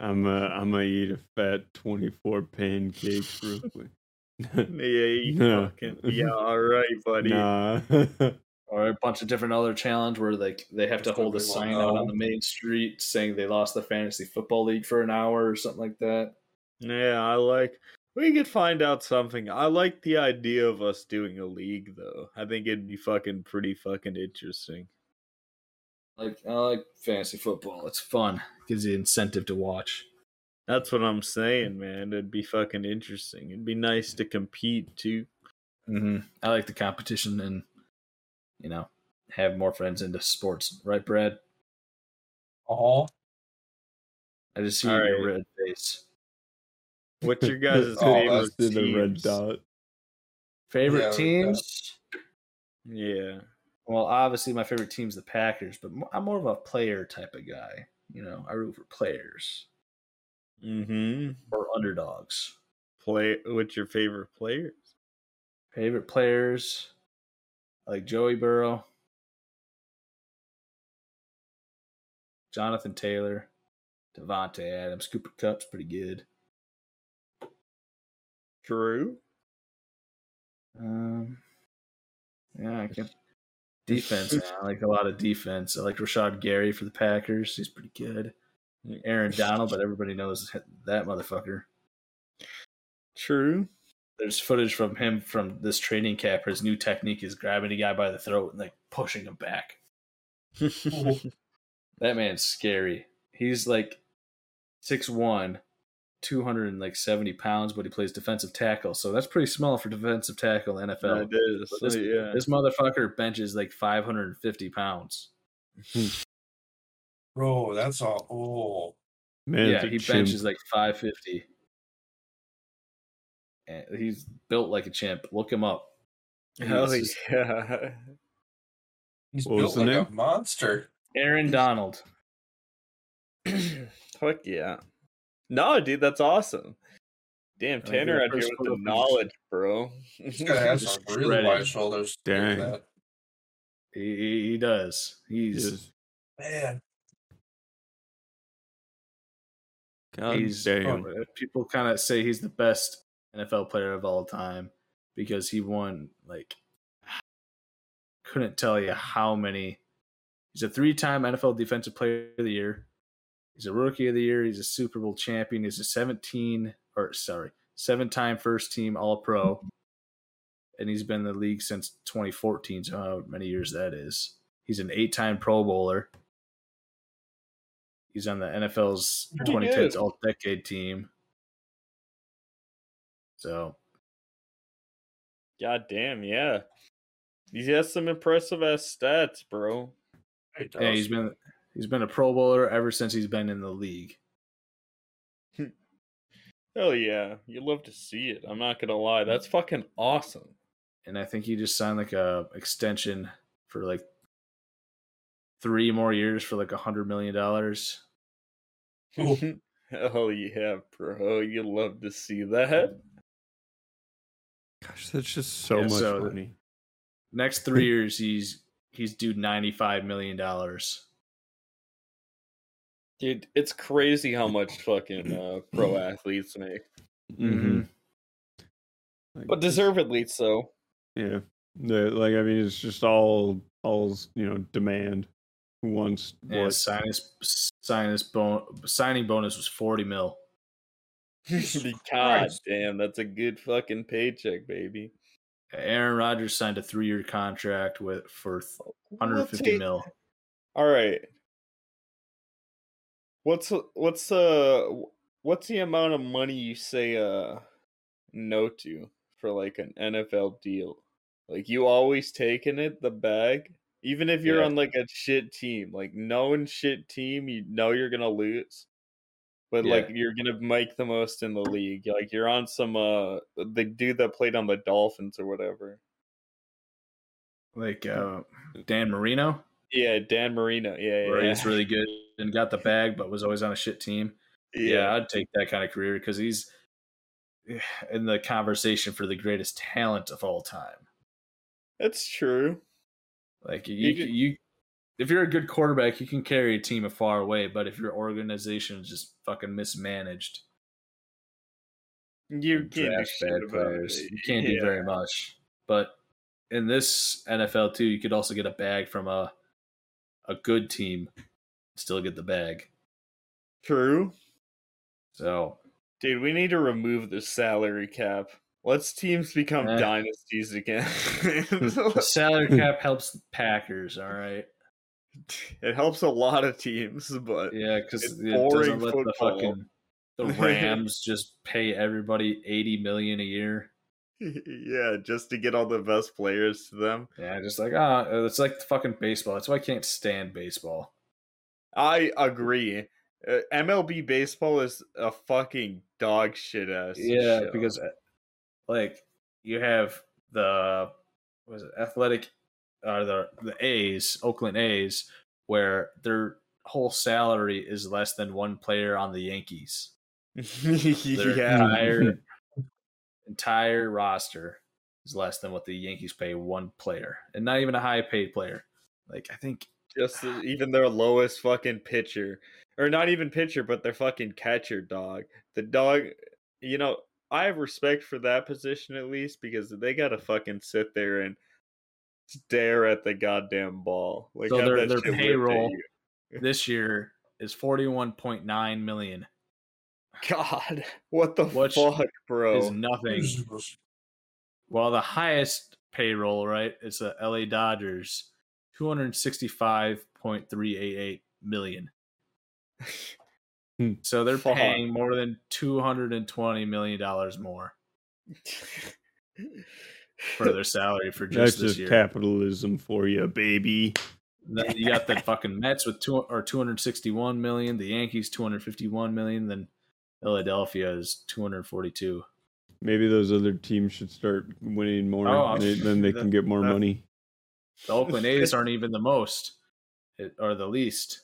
I'm uh, I'm gonna eat a fat twenty four pancakes real quick. Yeah, you No. fucking yeah. All right, buddy. nah. Or a bunch of different other challenge where like they have to That's hold a what we sign want. out on the main street saying they lost the fantasy football league for an hour or something like that. Yeah, I like. We could find out something. I like the idea of us doing a league, though. I think it'd be fucking pretty fucking interesting. Like I like fantasy football. It's fun. Gives you incentive to watch. That's what I'm saying, man. It'd be fucking interesting. It'd be nice to compete too. Mm-hmm. I like the competition and you know have more friends into sports, right, Brad? All I just see All your right. red face. What's your guys' It's Oh, favorite lost in the red teams? dot. Favorite Yeah, we got- teams? Yeah. Well, obviously, my favorite team's the Packers, but mo- I'm more of a player type of guy. You know, I root for players Mm-hmm. or underdogs. Play. What's your favorite players? Favorite players, I like Joey Burrow, Jonathan Taylor, Devontae Adams, Cooper Cup's pretty good. Drew. Um, yeah, I can. Defense, man, I like a lot of defense. I like Rashad Gary for the Packers. He's pretty good. Aaron Donald, but everybody knows that motherfucker. True. there's footage from him from this training camp. His new technique is grabbing a guy by the throat and like pushing him back. That man's scary. He's like 6'1, 270 pounds, but he plays defensive tackle. So that's pretty small for defensive tackle in the NFL. It is. This- yeah. This motherfucker benches like 550 pounds. Bro, that's all. Man, yeah, it's a he chimp. benches like 550. And he's built like a chimp. Look him up. Hell He's just- yeah. Oh, he's What was built the like a name? monster. Aaron Donald. Fuck yeah. No, dude, that's awesome. Damn, I think Tanner the out here first with the photo- knowledge, bro. He's gonna have some Just really shredded. wide shoulders. to do Dang. that. He, he, he does. He's Yes. Man, God he's damn. uh, people kind of say he's the best NFL player of all time because he won like couldn't tell you how many. He's a three-time NFL Defensive Player of the Year. He's a Rookie of the Year. He's a Super Bowl champion. He's a 17 or sorry, seven-time first-team All-Pro, and he's been in the league since 2014. So how many years that is? He's an eight-time Pro Bowler. He's on the NFL's Pretty 2010s good. All Decade team. So God damn, yeah. He has some impressive ass stats, bro. he does. yeah, he's been he's been a Pro Bowler ever since he's been in the league. Hell yeah. You love to see it. I'm not gonna lie. That's fucking awesome. and I think he just signed like a extension for like three more years for like a hundred million dollars. Cool. Hell yeah, bro. You love to see that. Gosh, that's just so Yeah, much so- money. Next three years, he's he's due ninety five million dollars. Dude, it's crazy how much fucking uh, pro athletes make. Mm-hmm. Like, But deservedly so. Mm-hmm. Yeah. The, like I mean, it's just all all you know demand. Who wants And what? his sinus sinus bon- signing bonus was forty mil. God Christ. damn, that's a good fucking paycheck, baby. Aaron Rodgers signed a three year contract with for We'll hundred fifty take- mil. All right. What's what's uh what's the amount of money you say uh no to for like an NFL deal? Like you always taking it the bag, even if you're Yeah. on like a shit team, like known shit team, you know you're gonna lose, but Yeah. like you're gonna make the most in the league. Like you're on some uh the dude that played on the Dolphins or whatever. Like uh, Dan Marino, Yeah, Dan Marino. Yeah, yeah, where he yeah. was really good and got the bag, but was always on a shit team. yeah, I'd take that kind of career because he's eh, in the conversation for the greatest talent of all time. that's true. Like you, You you, could- if you're a good quarterback, you can carry a team a far away. But if your organization is just fucking mismanaged, You can't and do drafts shit bad about players, it. you can't Yeah. do very much. But in this NFL too, you could also get a bag from a a good team, still get the bag. True, So dude. We need to remove the salary cap. Let's teams become Eh. dynasties again. the salary cap helps the Packers. All right. it helps a lot of teams, but Yeah, because It's it boring doesn't let the football. fucking the Rams just pay everybody eighty million a year. yeah, just to get all the best players to them. Yeah, just like ah, it's like fucking baseball. That's why I can't stand baseball. I agree. Uh, MLB baseball is a fucking dog shit ass. Yeah, show. because uh, like you have the was it athletic or the the A's, Oakland A's, where their whole salary is less than one player on the Yankees. Their yeah, entire entire roster is less than what the Yankees pay one player, and not even a high paid player. Like I think just the- even their lowest fucking pitcher, or not even pitcher, but their fucking catcher dog. The dog, you know, I have respect for that position at least because they gotta fucking sit there and stare at the goddamn ball. Like So have their- that their shit whipped at payroll- you. this year is forty one point nine million God, what the Which fuck, bro? is nothing. Jesus. While the highest payroll, right, is the LA Dodgers 265.388 million. Hmm. so they're Fuck. paying more than 220 million dollars more for their salary for That's just this just year. capitalism for you, baby. Then you got the fucking Mets with two or 261 million, the Yankees 251 million, then Philadelphia is 242. Maybe those other teams should start winning more. Oh, and they- then they that- can get more that- money. The Oakland A's aren't even the most it- or the least.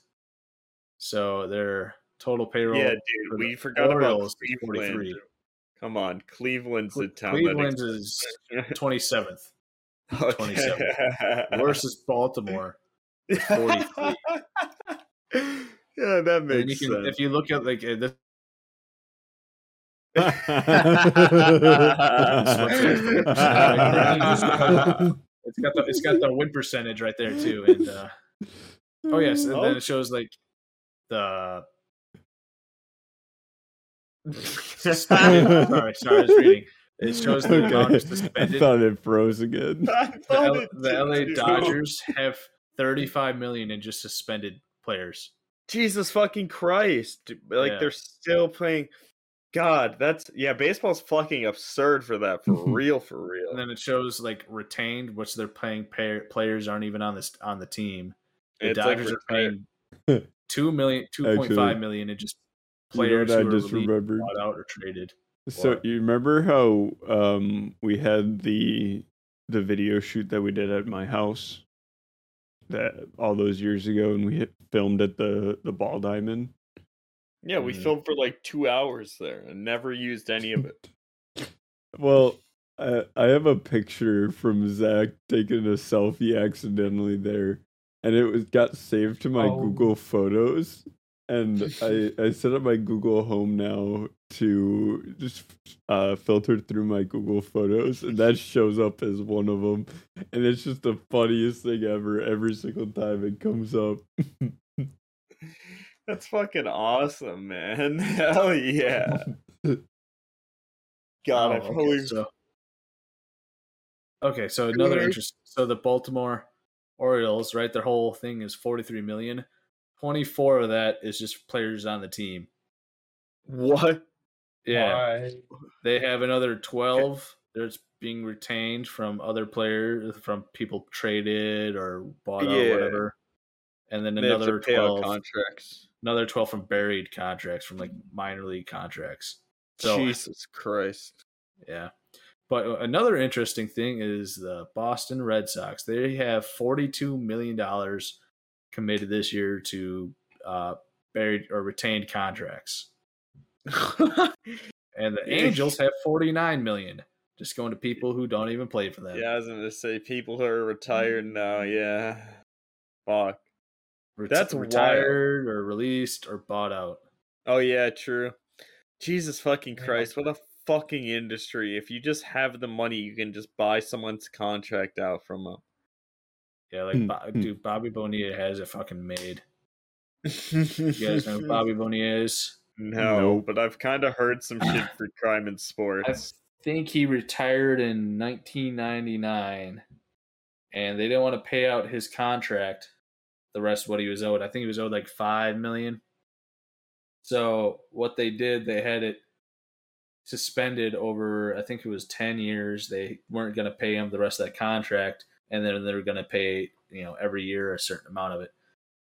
So their total payroll Yeah, for dude, the we forgot about Orioles is Cleveland. 43. Come on, Cleveland's a town. Cleveland is 27th. 27. Worst is Baltimore. 43. yeah, that And makes you can, sense. if you look at like uh, this, Oh, it's got the it's got the win percentage right there too, and uh, oh yes, and then it shows like the suspended. sorry, sorry, I was reading. It shows the amount of I suspended. thought it froze again. I The, thought L- it the did, LA too. Dodgers have 35 million in just suspended players. Jesus fucking Christ. dude, Like Yeah. they're still playing God, that's yeah, baseball's fucking absurd for that for real for And real. then it shows like retained, which they're paying pay- players aren't even on this on the team. The It's like Dodgers are retired. paying two million, two point five Actually, million, and just You know what players I who just are released, remembered. bought out or traded. So What? you remember how um we had the the video shoot that we did at my house that all those years ago and we hit, filmed at the the ball diamond? Yeah, we Mhm. filmed for like two hours there and never used any of it. Well, I, I have a picture from Zach taking a selfie accidentally there, and it was got saved to my Oh. Google Photos, and I I set up my Google Home now to just uh, filter through my Google Photos, and that shows up as one of them, and it's just the funniest thing ever. Every single time it comes up. That's fucking awesome, man. Hell yeah. God, I Oh, probably okay, so. Okay, so another Clear. interest. So the Baltimore Orioles, right? Their whole thing is forty-three million. Twenty-four of that is just players on the team. what? Yeah, Why? they have another twelve that's being retained from other players, from people traded or bought out, Yeah. whatever. And then They have to another pay out twelve, contracts. another twelve from buried contracts, from like minor league contracts. So Jesus Christ. Yeah. But uh, another interesting thing is the Boston Red Sox. They have $42 million committed this year to uh, buried or retained contracts. And the Yeah. Angels have $49 million just going to people who don't even play for them. Yeah, I was gonna say people who Mm-hmm. are retired now. Yeah, fuck. Ret- that's wild. retired or released or bought out. Oh yeah, true. Jesus fucking Yeah. Christ! What a fucking industry. If you just have the money, you can just buy someone's contract out from Yeah, like Hmm, Bo- hmm. dude, Bobby Bonilla has it fucking made. them. You guys know who Bobby Bonilla is? No, Nope. but I've kind of heard some shit for crime and I sports. think he retired in 1999, and they didn't want to pay out his contract, the rest of what he was owed. I think he was owed like five million. So what they did, they had it suspended over. I think it was 10 years. They weren't going to pay him the rest of that contract, and then they were going to pay you know every year a certain amount of it.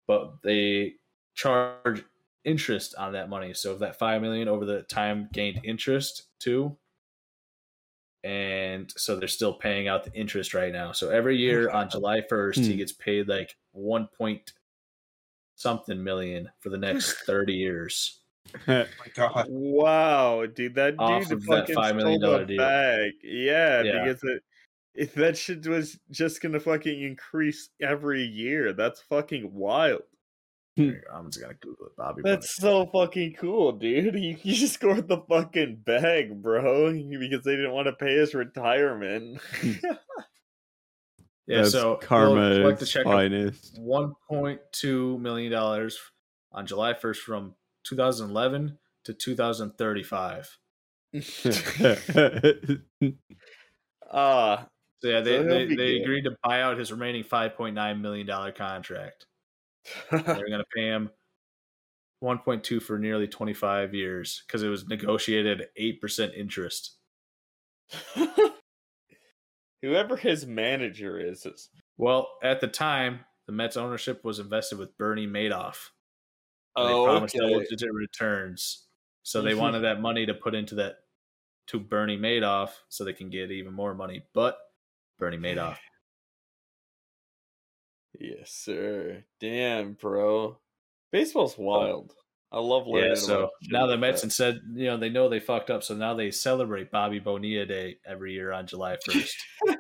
But they charge interest on that money. So if that five million over the time gained interest too, and so they're still paying out the interest right now. So every year on July first, he Hmm. gets paid like one point something million for the next thirty years. Oh my God. Wow, dude, that Off dude of that fucking $5 million stole a deal. bag. Yeah, Yeah. because it, if that shit was just gonna fucking increase every year, that's fucking wild. I'm just gonna Google it, Bobby. That's so fucking cool, dude. He, he just scored the fucking bag, bro, because they didn't want to pay his retirement. Bonilla. yeah. That's so karma we'll at collect the its check of finest. one point two million dollars on July first from 2011 to 2035. Ah, So yeah, So he'll they they, be they good. agreed to buy out his remaining five point nine million dollar contract. They're going to pay him one point two for nearly twenty five years because it was negotiated at eight percent interest. Whoever his manager is, is Well, at the time, the Mets ownership was invested with Bernie Madoff. and Oh, they promised okay. diligent returns, so they Mhm. wanted that money to put into that to Bernie Madoff, so they can get even more money. But Bernie Madoff, yes, sir. Damn, bro. Baseball's wild. I love learning. yeah. So about shit now the like Mets that. and said, you know, they know they fucked up, so now they celebrate Bobby Bonilla Day every year on July first.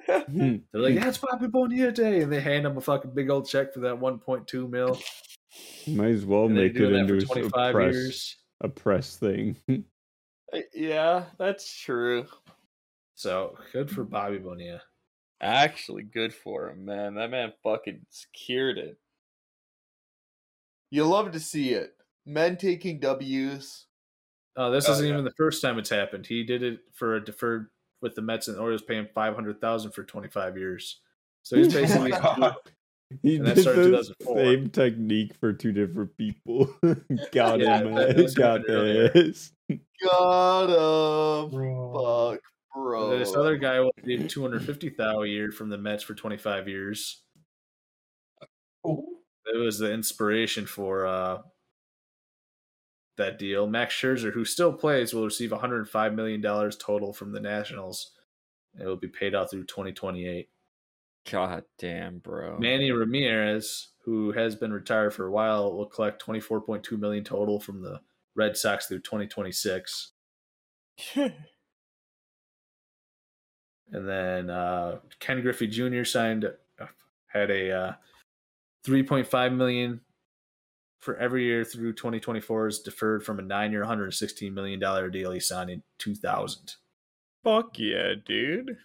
Hmm, They're like, that's Bobby Bonilla Day, and they hand him a fucking big old check for that one point two mil. Might as well and they make it do that into for a s- twenty a five press, years. a press thing. Uh, yeah, that's true. So good for Bobby Bonilla. Actually, good for him, man. That man fucking secured it. You love to see it. Men taking W's. Oh, this Oh, isn't yeah. even the first time it's happened. He did it for a deferred with the Mets and Orioles paying five hundred thousand for twenty five years. So he's basically God. he And that did started the 2004. same technique for two different people. got Yeah, him. that- that That, was got happened earlier. this. Got him. Bro. Fuck, bro. this other guy will get two hundred fifty thousand a year from the Mets for twenty five years. Ooh. It was the inspiration for uh, that deal. Max Scherzer, who still plays, will receive one hundred five million dollars total from the Nationals. It will be paid out through twenty twenty eight. God damn, bro. Manny Ramirez, who has been retired for a while, will collect 24.2 million total from the Red Sox through 2026. And then uh, Ken Griffey Jr. signed had a uh, 3.5 million for every year through 2024 is deferred from a 9-year 116 million dollar deal he signed in 2000. Fuck yeah, dude.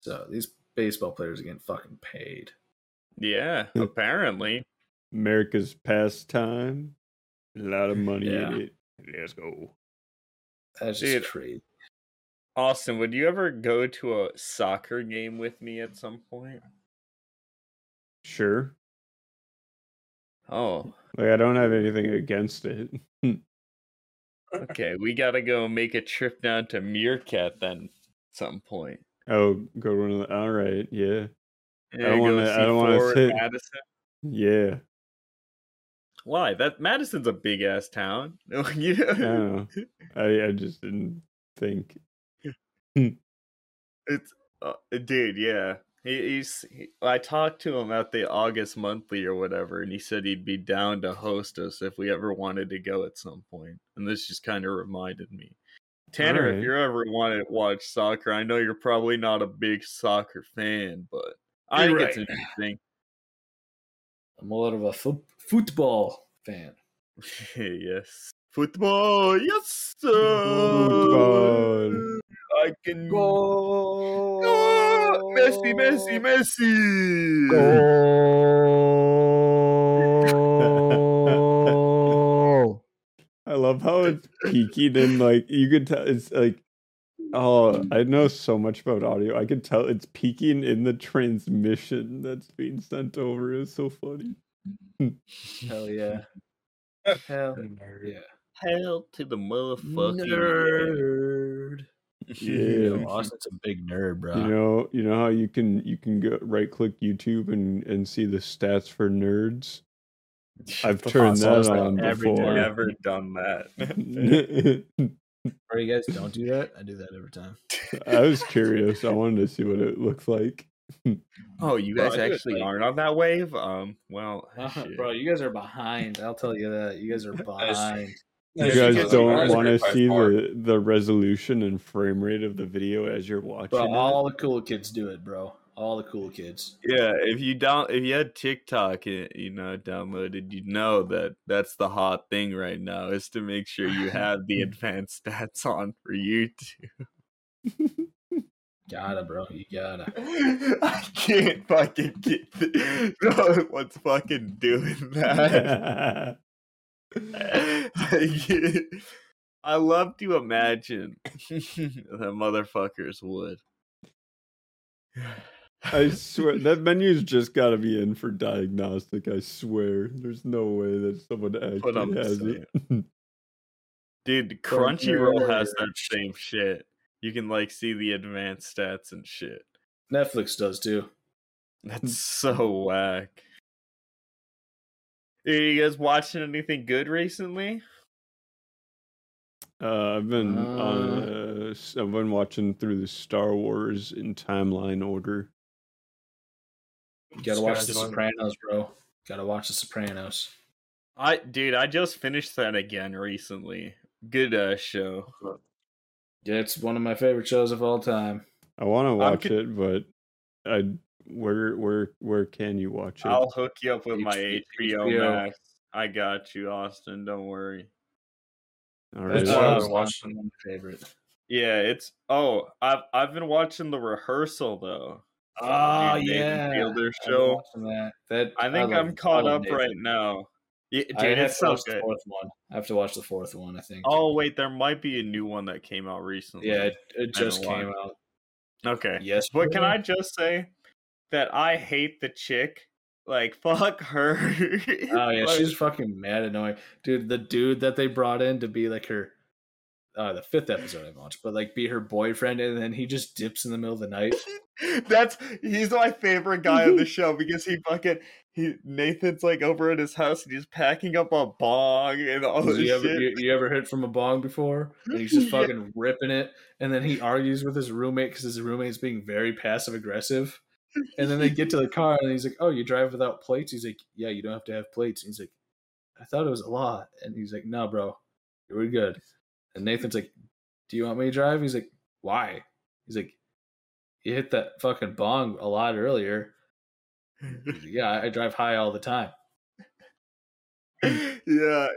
So these baseball players are getting fucking paid. Yeah, apparently. America's pastime. A lot of money Yeah. in it. Let's go. That's just Dude, crazy. Austin, would you ever go to a soccer game with me at some point? Sure. Oh, Like I don't have anything against it. okay. We gotta go make a trip down to Meerkat then at some point. Oh, go run. the- All right. Yeah. Yeah, don't go wanna- see I don't wanna Fort sit- Madison. Yeah. Why? That Madison's a big ass town. You I know, don't know. I, I just didn't think. it's uh, dude, yeah. He, he's. He, I talked to him at the August monthly or whatever, and he said he'd be down to host us if we ever wanted to go at some point. And this just kind of reminded me, Tanner, Alright. if you ever want to watch soccer, I know you're probably not a big soccer fan, but I You're think it's right. interesting. I'm more of a fo- football fan. yes. Football, yes, sir. Football. I can Ah, Messi, Messi, Messi. I love how it's peaking and like you could tell it's like oh I know so much about audio. I could tell it's peaking in the transmission that's being sent over. It's so funny. Hell yeah. Hell yeah. Hell to the motherfucking Yeah. Yo, Austin's a big nerd, bro. You know, you know how you can you can go right click YouTube and and see the stats for nerds. I've turned that Sounds like on every before. day. Never done that. I Or you guys don't do that? I do that every time. was curious. I wanted to see what it looks like. oh, you Bro, guys I do it actually like- aren't on that wave? Um, well, shit. Uh-huh, bro, you guys are behind. I'll tell you that. You guys are behind. You Yeah, guys because don't ours are want to by see far- the, the resolution and frame rate of the video as you're watching. Bro, it? all the cool kids do it, bro. All the cool kids. Yeah, if you down if you had TikTok, eh, you know, downloaded, you know that that's the hot thing right now is to make sure you have the advanced stats on for YouTube. Gotta, bro. You gotta. I can't fucking get th- no one's fucking doing that. I can't- I love to imagine the motherfuckers would. I swear that menu's just got to be in for diagnostic. I swear, there's no way that someone what I'm actually has it. Dude, Crunchyroll has that same shit. You can like see the advanced stats and shit. Netflix does too. Mm. That's so whack. Are you guys watching anything good recently? Uh, I've been Uh. uh, s- I've been watching through the Star Wars in timeline order. You gotta watch The Sky's on. Sopranos, bro. Gotta watch The Sopranos. I dude, I just finished that again recently. Good uh show. Yeah, it's one of my favorite shows of all time. I want to watch con- it, but I where where where can you watch it? I'll hook you up with my H- HBO, HBO. Max. I got you, Austin. Don't worry. All right, That's That's why I why was I'm watching watching. one of my favorite. Yeah, it's oh, I've I've been watching the rehearsal though. Oh Dude, Nathan yeah, Fielder I've been show. watching That. That- I think love- I'm caught love up Nathan. right now. Yeah, dude, I have it's to so watch the good. fourth one. I have to watch the fourth one. I think. Oh wait, there might be a new one that came out recently. yeah, it, it haven't just came out. Okay. Yes, But can I just say that I hate the chick? Like fuck her. Oh yeah, Like, she's fucking mad annoying, dude. The dude that they brought in to be like her, uh, the fifth episode I watched, but like be her boyfriend, and then he just dips in the middle of the night. That's he's my favorite guy on the show because he fucking he Nathan's like over at his house and he's packing up a bong and all this you, ever, Oh, shit. you, you ever hit from a bong before? And he's just fucking ripping it. And then he argues with his roommate because his roommate's being very passive aggressive. And then they get to the car and he's like, Oh, you drive without plates? He's like, Yeah, you don't have to have plates. And he's like, I thought it was a law. And he's like, No, bro, we're good. And Nathan's like, Do you want me to drive? He's like, Why? He's like, You hit that fucking bong a lot earlier. He's like, yeah, I I drive high all the time. yeah,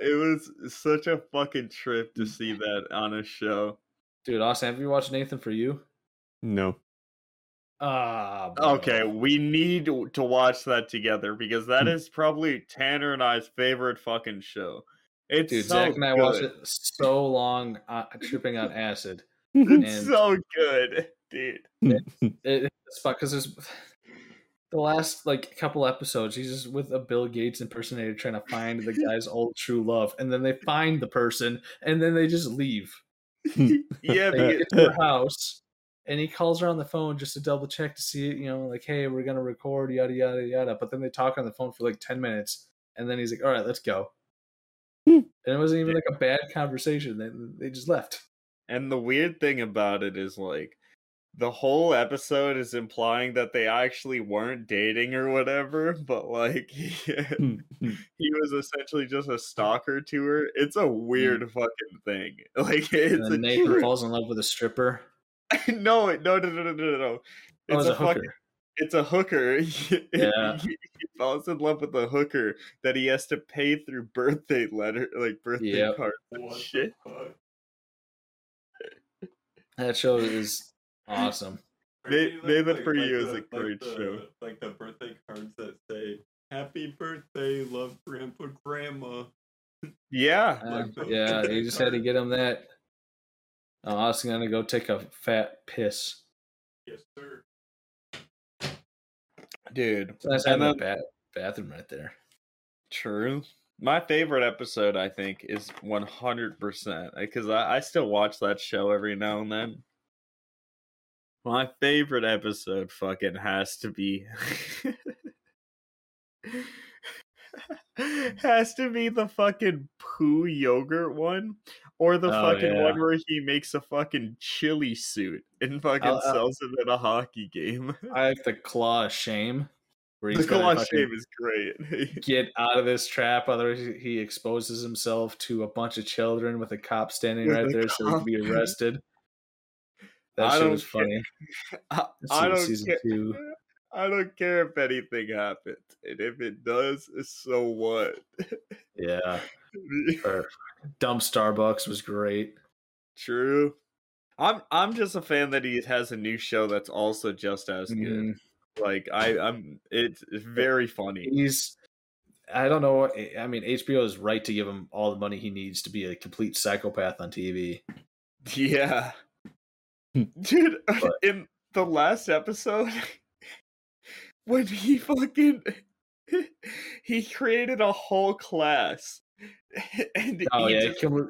it was such a fucking trip to see that on a show. Dude, Austin, have you watched Nathan for You? no, Ah, bro. Okay, we need to watch that together because Hmm. that is probably Tanner and I's favorite fucking show. It's Dude, so Zach and I watched good. it so long, uh, tripping on acid. It's and- so good, dude. It, it's fuck because there's the last like couple episodes. He's just with a Bill Gates impersonator trying to find the guy's old true love, and then they find the person, and then they just leave. Yeah, They because get to her house, and he calls her on the phone just to double check to see, you know, like, hey, we're gonna record, yada yada yada. But then they talk on the phone for like ten minutes, and then he's like, all right, let's go. Hmm. And it wasn't even like a bad conversation. They, they just left. and the weird thing about it is like the whole episode is implying that they actually weren't dating or whatever, but like he was essentially just a stalker to her. It's a weird fucking thing. Like Mm. And it's a then Nathan trip. falls in love with a stripper. no, it- no, no, no, no, no, no. Oh, It's it's a, fucking. It's a hooker. Yeah. he falls in love with a hooker that he has to pay through birthday letter, like birthday Yep. cards and shit. That show is awesome. They- Name It For You is a great show. Like the birthday cards that say "Happy Birthday, Love Grandpa, Grandma." Yeah, Uh, Like the- yeah, you just had to get him that. uh, I'm also gonna go take a fat piss. Yes, sir. dude. It's nice having a then- ba- bathroom right there. True. My favorite episode, I think, is 100% because eh, I, I still watch that show every now and then. My favorite episode fucking has to be. has to be the fucking poo yogurt one or the Oh, fucking yeah. one where he makes a fucking chili suit and fucking I'll- uh I'll- sells it at a hockey game. I like the claw of shame. Where The he's gonna collage fucking game is great. Get out of this trap, otherwise he- he exposes himself to a bunch of children with a cop standing With right a there, so he can cop. be arrested. That I shit don't was care. funny. I, Let's see I what don't season care. two. I don't care if anything happens, and if it does, so what? Yeah, or dumb Starbucks was great. True. I'm I'm just a fan that he has a new show that's also just as good. Mhm. Like I, I'm it's, it's very funny. He's, I don't know. what- I mean, HBO is right to give him all the money he needs to be a complete psychopath on TV. Yeah, Hmm. dude. But- In the last episode when he fucking he created a whole class and Oh he yeah, just- Kilmer,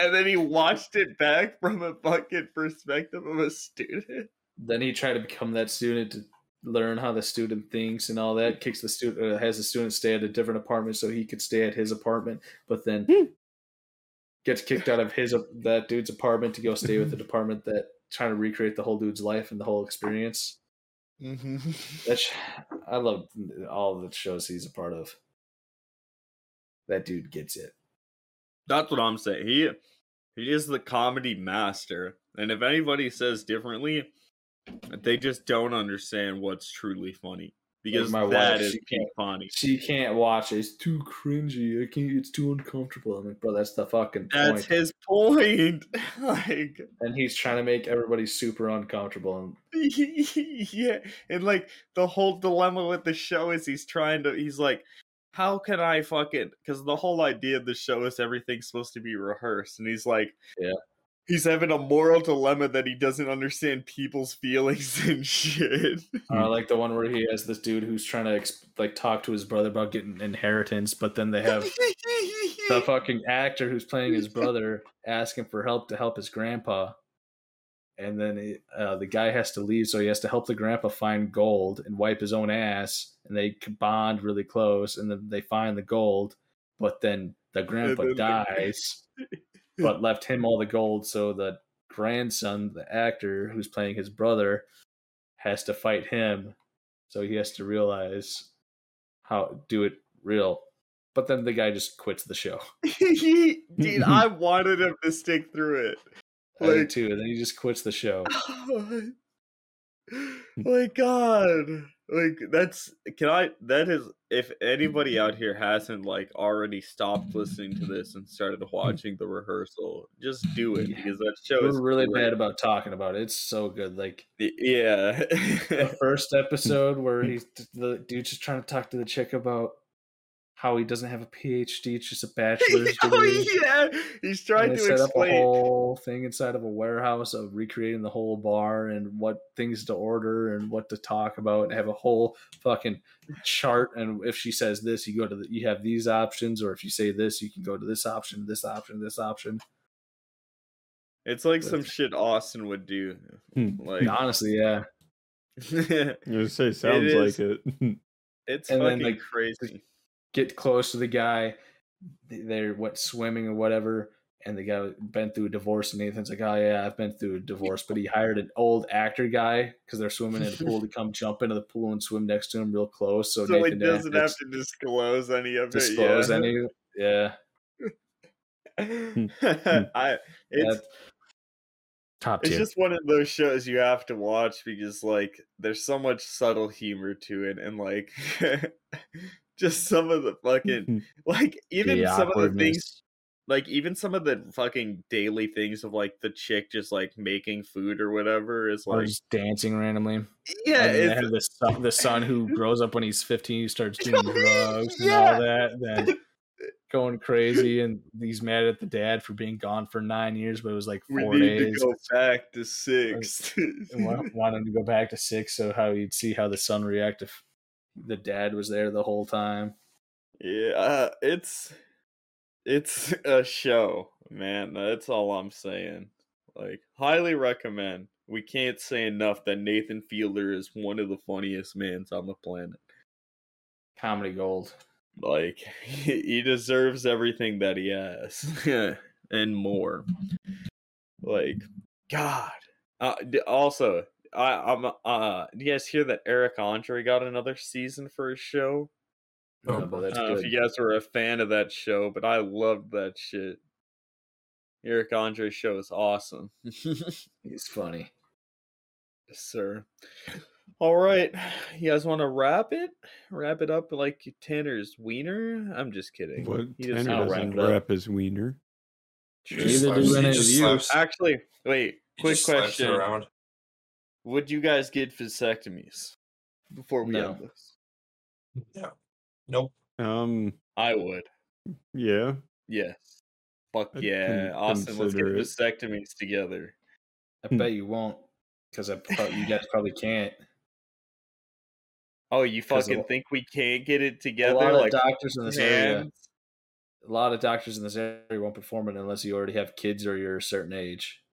and then he watched it back from a fucking perspective of a student. then he tried to become that student to learn how the student thinks and all that kicks the student uh, has the student stay at a different apartment so he could stay at his apartment but then gets kicked out of his that dude's apartment to go stay with the department that trying to recreate the whole dude's life and the whole experience Mm-hmm. That's i love all the shows he's a part of that dude gets it That's what I'm saying. He he is the comedy master. And if anybody says differently, they just don't understand what's truly funny. Because my wife, that is she peak can't- funny. she can't watch it. it's too cringy i can't it's too uncomfortable i'm like bro that's the fucking That's point his point. like and he's trying to make everybody super uncomfortable and yeah and like the whole dilemma with the show is he's trying to he's like how can i fucking because the whole idea of the show is everything's supposed to be rehearsed and he's like Yeah. he's having a moral dilemma that he doesn't understand people's feelings and shit I like the one where he has this dude who's trying to exp- like talk to his brother about getting inheritance, but then they have the fucking actor who's playing his brother asking for help to help his grandpa, and then he, uh, the guy has to leave, so he has to help the grandpa find gold and wipe his own ass, and they c- bond really close, and then they find the gold, but then the grandpa then the- dies, but left him all the gold, so the grandson, the actor who's playing his brother, has to fight him. So he has to realize how do it real. But then the guy just quits the show. dude i wanted him to stick through it I did Like- too, and then he just quits the show. Oh Hmm. my god like that's can i that is if anybody Mm-hmm. out here hasn't like already stopped listening to this and started watching the rehearsal just do it Mm-hmm. Yeah. because that show is We're really great. bad about talking about it. It's so good. Like Y- yeah the first episode where Mm. he's the dude's just trying to talk to the chick about how he doesn't have a PhD, it's just a bachelor's oh degree. yeah he's trying and they to set up a explain whole thing inside of a warehouse of recreating the whole bar and what things to order and what to talk about and have a whole fucking chart and if she says this you go to the, you have these options or if you say this you can go to this option this option this option it's like some with- shit austin would do Hmm. like honestly yeah it's I was gonna say sounds is. like it. And fucking then, like, crazy get close to the guy they're what swimming or whatever and the guy been through a divorce and nathan's like oh yeah i've been through a divorce but he hired an old actor guy because they're swimming in a pool to come jump into the pool and swim next to him real close so, so, he nathan didn't doesn't have to disclose any of disclose hmm, it yeah. any yeah I it's that- top it's tier just one of those shows you have to watch because like there's so much subtle humor to it and like just some of the fucking like even The some of the awkwardness. things like even some of the fucking daily things of like the chick just like making food or whatever is or like just dancing randomly yeah and then they it's, have the son, the son who grows up when he's 15 he starts doing drugs and Yeah. all that then going crazy and he's mad at the dad for being gone for nine years but it was like we four need days to go back to six and wa- want him to go back to six so how he'd see how the son react if the dad was there the whole time Yeah, uh, it's it's a show, man. That's all I'm saying. Like, highly recommend. We can't say enough that Nathan Fielder is one of the funniest mans on the planet. comedy gold Like, he, he deserves everything that he has and more. Like, God. Uh, d- also, I, I'm. Uh, do you guys hear that Eric Andre got another season for his show? No, but that's I don't know good. Uh, if you guys were a fan of that show, but I loved that shit. Eric Andre's show is awesome. yes, he's funny sir. All right. You guys want to wrap it? Wrap it up like Tanner's wiener? I'm just kidding. what He Tanner doesn't wrap doesn't it up. wrap his wiener. He just Neither do slaps- any he of just you. slaps- Ah, Actually, wait. he Quick just slaps it question. Around. Would you guys get vasectomies before we No. end this? Nope. Um, I would. yeah. Yes. Fuck I'd yeah. con- Austin, let's get consider it. vasectomies together. i Hmm. bet you won't because I prob- you guys probably can't. Oh, you 'Cause a fucking lo- think we can't get it a together? lot Like, of doctors in this area, man. a lot of doctors in this area won't perform it unless you already have kids or you're a certain age.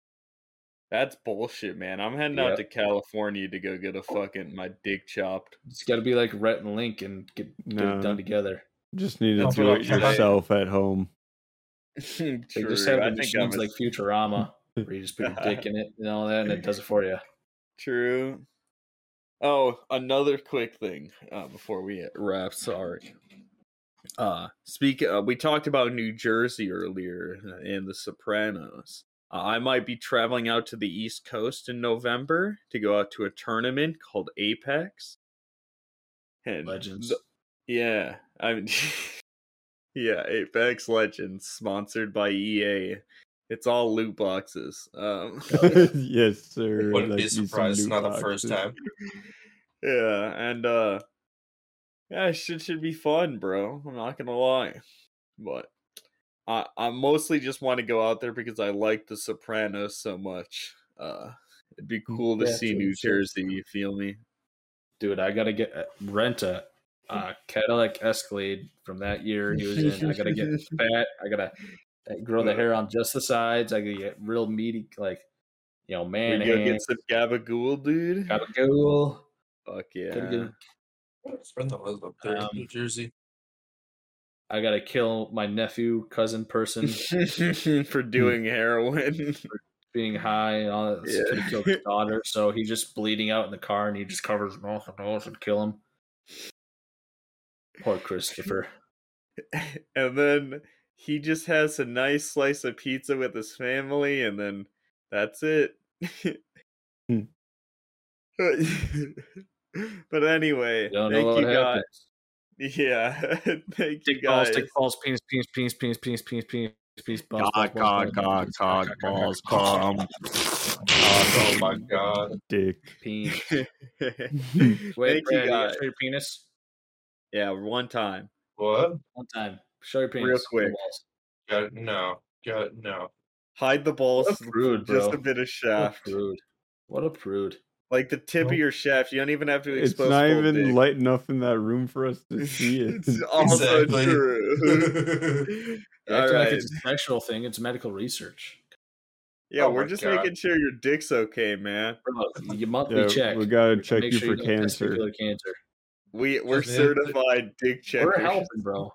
that's bullshit, man. I'm heading out Yep. to California to go get a fucking my dick chopped. It's got to be like Rhett and Link and get, get No. it done together. Just need to That's do what it I'm saying. yourself at home. True. They just have I the think I'm machines a- like Futurama where you just put your dick in it and all that, and it does it for you. True. Oh, another quick thing uh, before we wrap. Sorry. Uh, speak. Uh, we talked about New Jersey earlier uh, and The Sopranos. Uh, I might be traveling out to the East Coast in November to go out to a tournament called Apex. And Legends. th- yeah, I mean, yeah, Apex Legends sponsored by EA. It's all loot boxes. Um, yes, sir. Wouldn't like, be need some surprised. It's new not the first boxes. time. yeah, and uh yeah, shit should be fun, bro. I'm not gonna lie. But I I mostly just want to go out there because I like the Sopranos so much. Uh it'd be cool to Mm, Yeah, see true, New true, Jersey, true. you feel me? Dude, I gotta get rent a uh, Cadillac Escalade from that year he was in. I gotta get fat. I gotta uh, grow the hair on just the sides. I gotta get real meaty, like you know, man. we go hands. get some gabagool, dude. Gotta go. Fuck Gotta yeah. get- Spend the lives up there Um, in New Jersey. I gotta kill my nephew, cousin, person For doing heroin. being high and all that. Yeah. So he killed his daughter, so he's just bleeding out in the car, and he just covers his mouth and nose and kill him. Poor Christopher. and then he just has a nice slice of pizza with his family, and then that's it. Hmm. but anyway, Don't know thank what you guys. happened. Yeah, thank you Dick balls, guys. dick balls, penis, penis, penis, penis, penis, penis, penis, penis, balls, balls, cock, cock, balls, balls, cock, cock, balls, penis, cum. cock, Oh my god. Dick. Penis. Wait, thank Brad, you you gotta guys. show your penis Yeah, one time. What? one time. Show your penis. Real quick. the balls. Got no. Got no. Hide the balls, That's rude, just a bro. bit of What a shaft, prude. What a prude. like the tip Nope. of your shaft. You don't even have to expose. It's not full even dick. light enough in that room for us to see it. it's also Exactly. true. Acting All like right. it's a sexual thing. It's medical research. Yeah, Oh we're my just God. making sure your dick's okay, man. Bro, you monthly Yeah, check. we gotta check Make you sure for don't have cancer. testicular cancer. We we're man. certified dick checkers. We're helping, bro.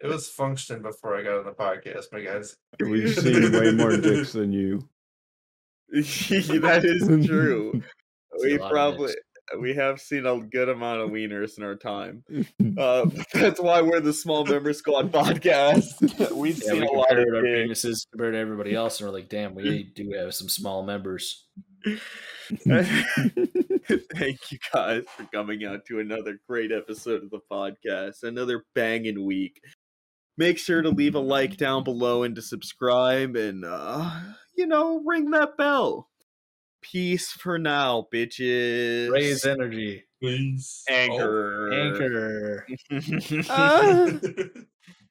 It was function before I got on the podcast, my guys. We've seen way more dicks than you. that is true. It's a we lot of probably we have seen a good amount of wieners in our time. Uh, that's why we're the Small Member Squad podcast. We've Yeah, seen we a lot of compared our dicks. penises compared to everybody else, and we're like, damn, we do have some small members. Thank you guys for coming out to another great episode of the podcast, another banging week. Make sure to leave a like down below and to subscribe and, uh, you know, ring that bell. Peace for now, bitches. Raise energy. Please. Oh, anchor. Anchor. Anchor. Ah.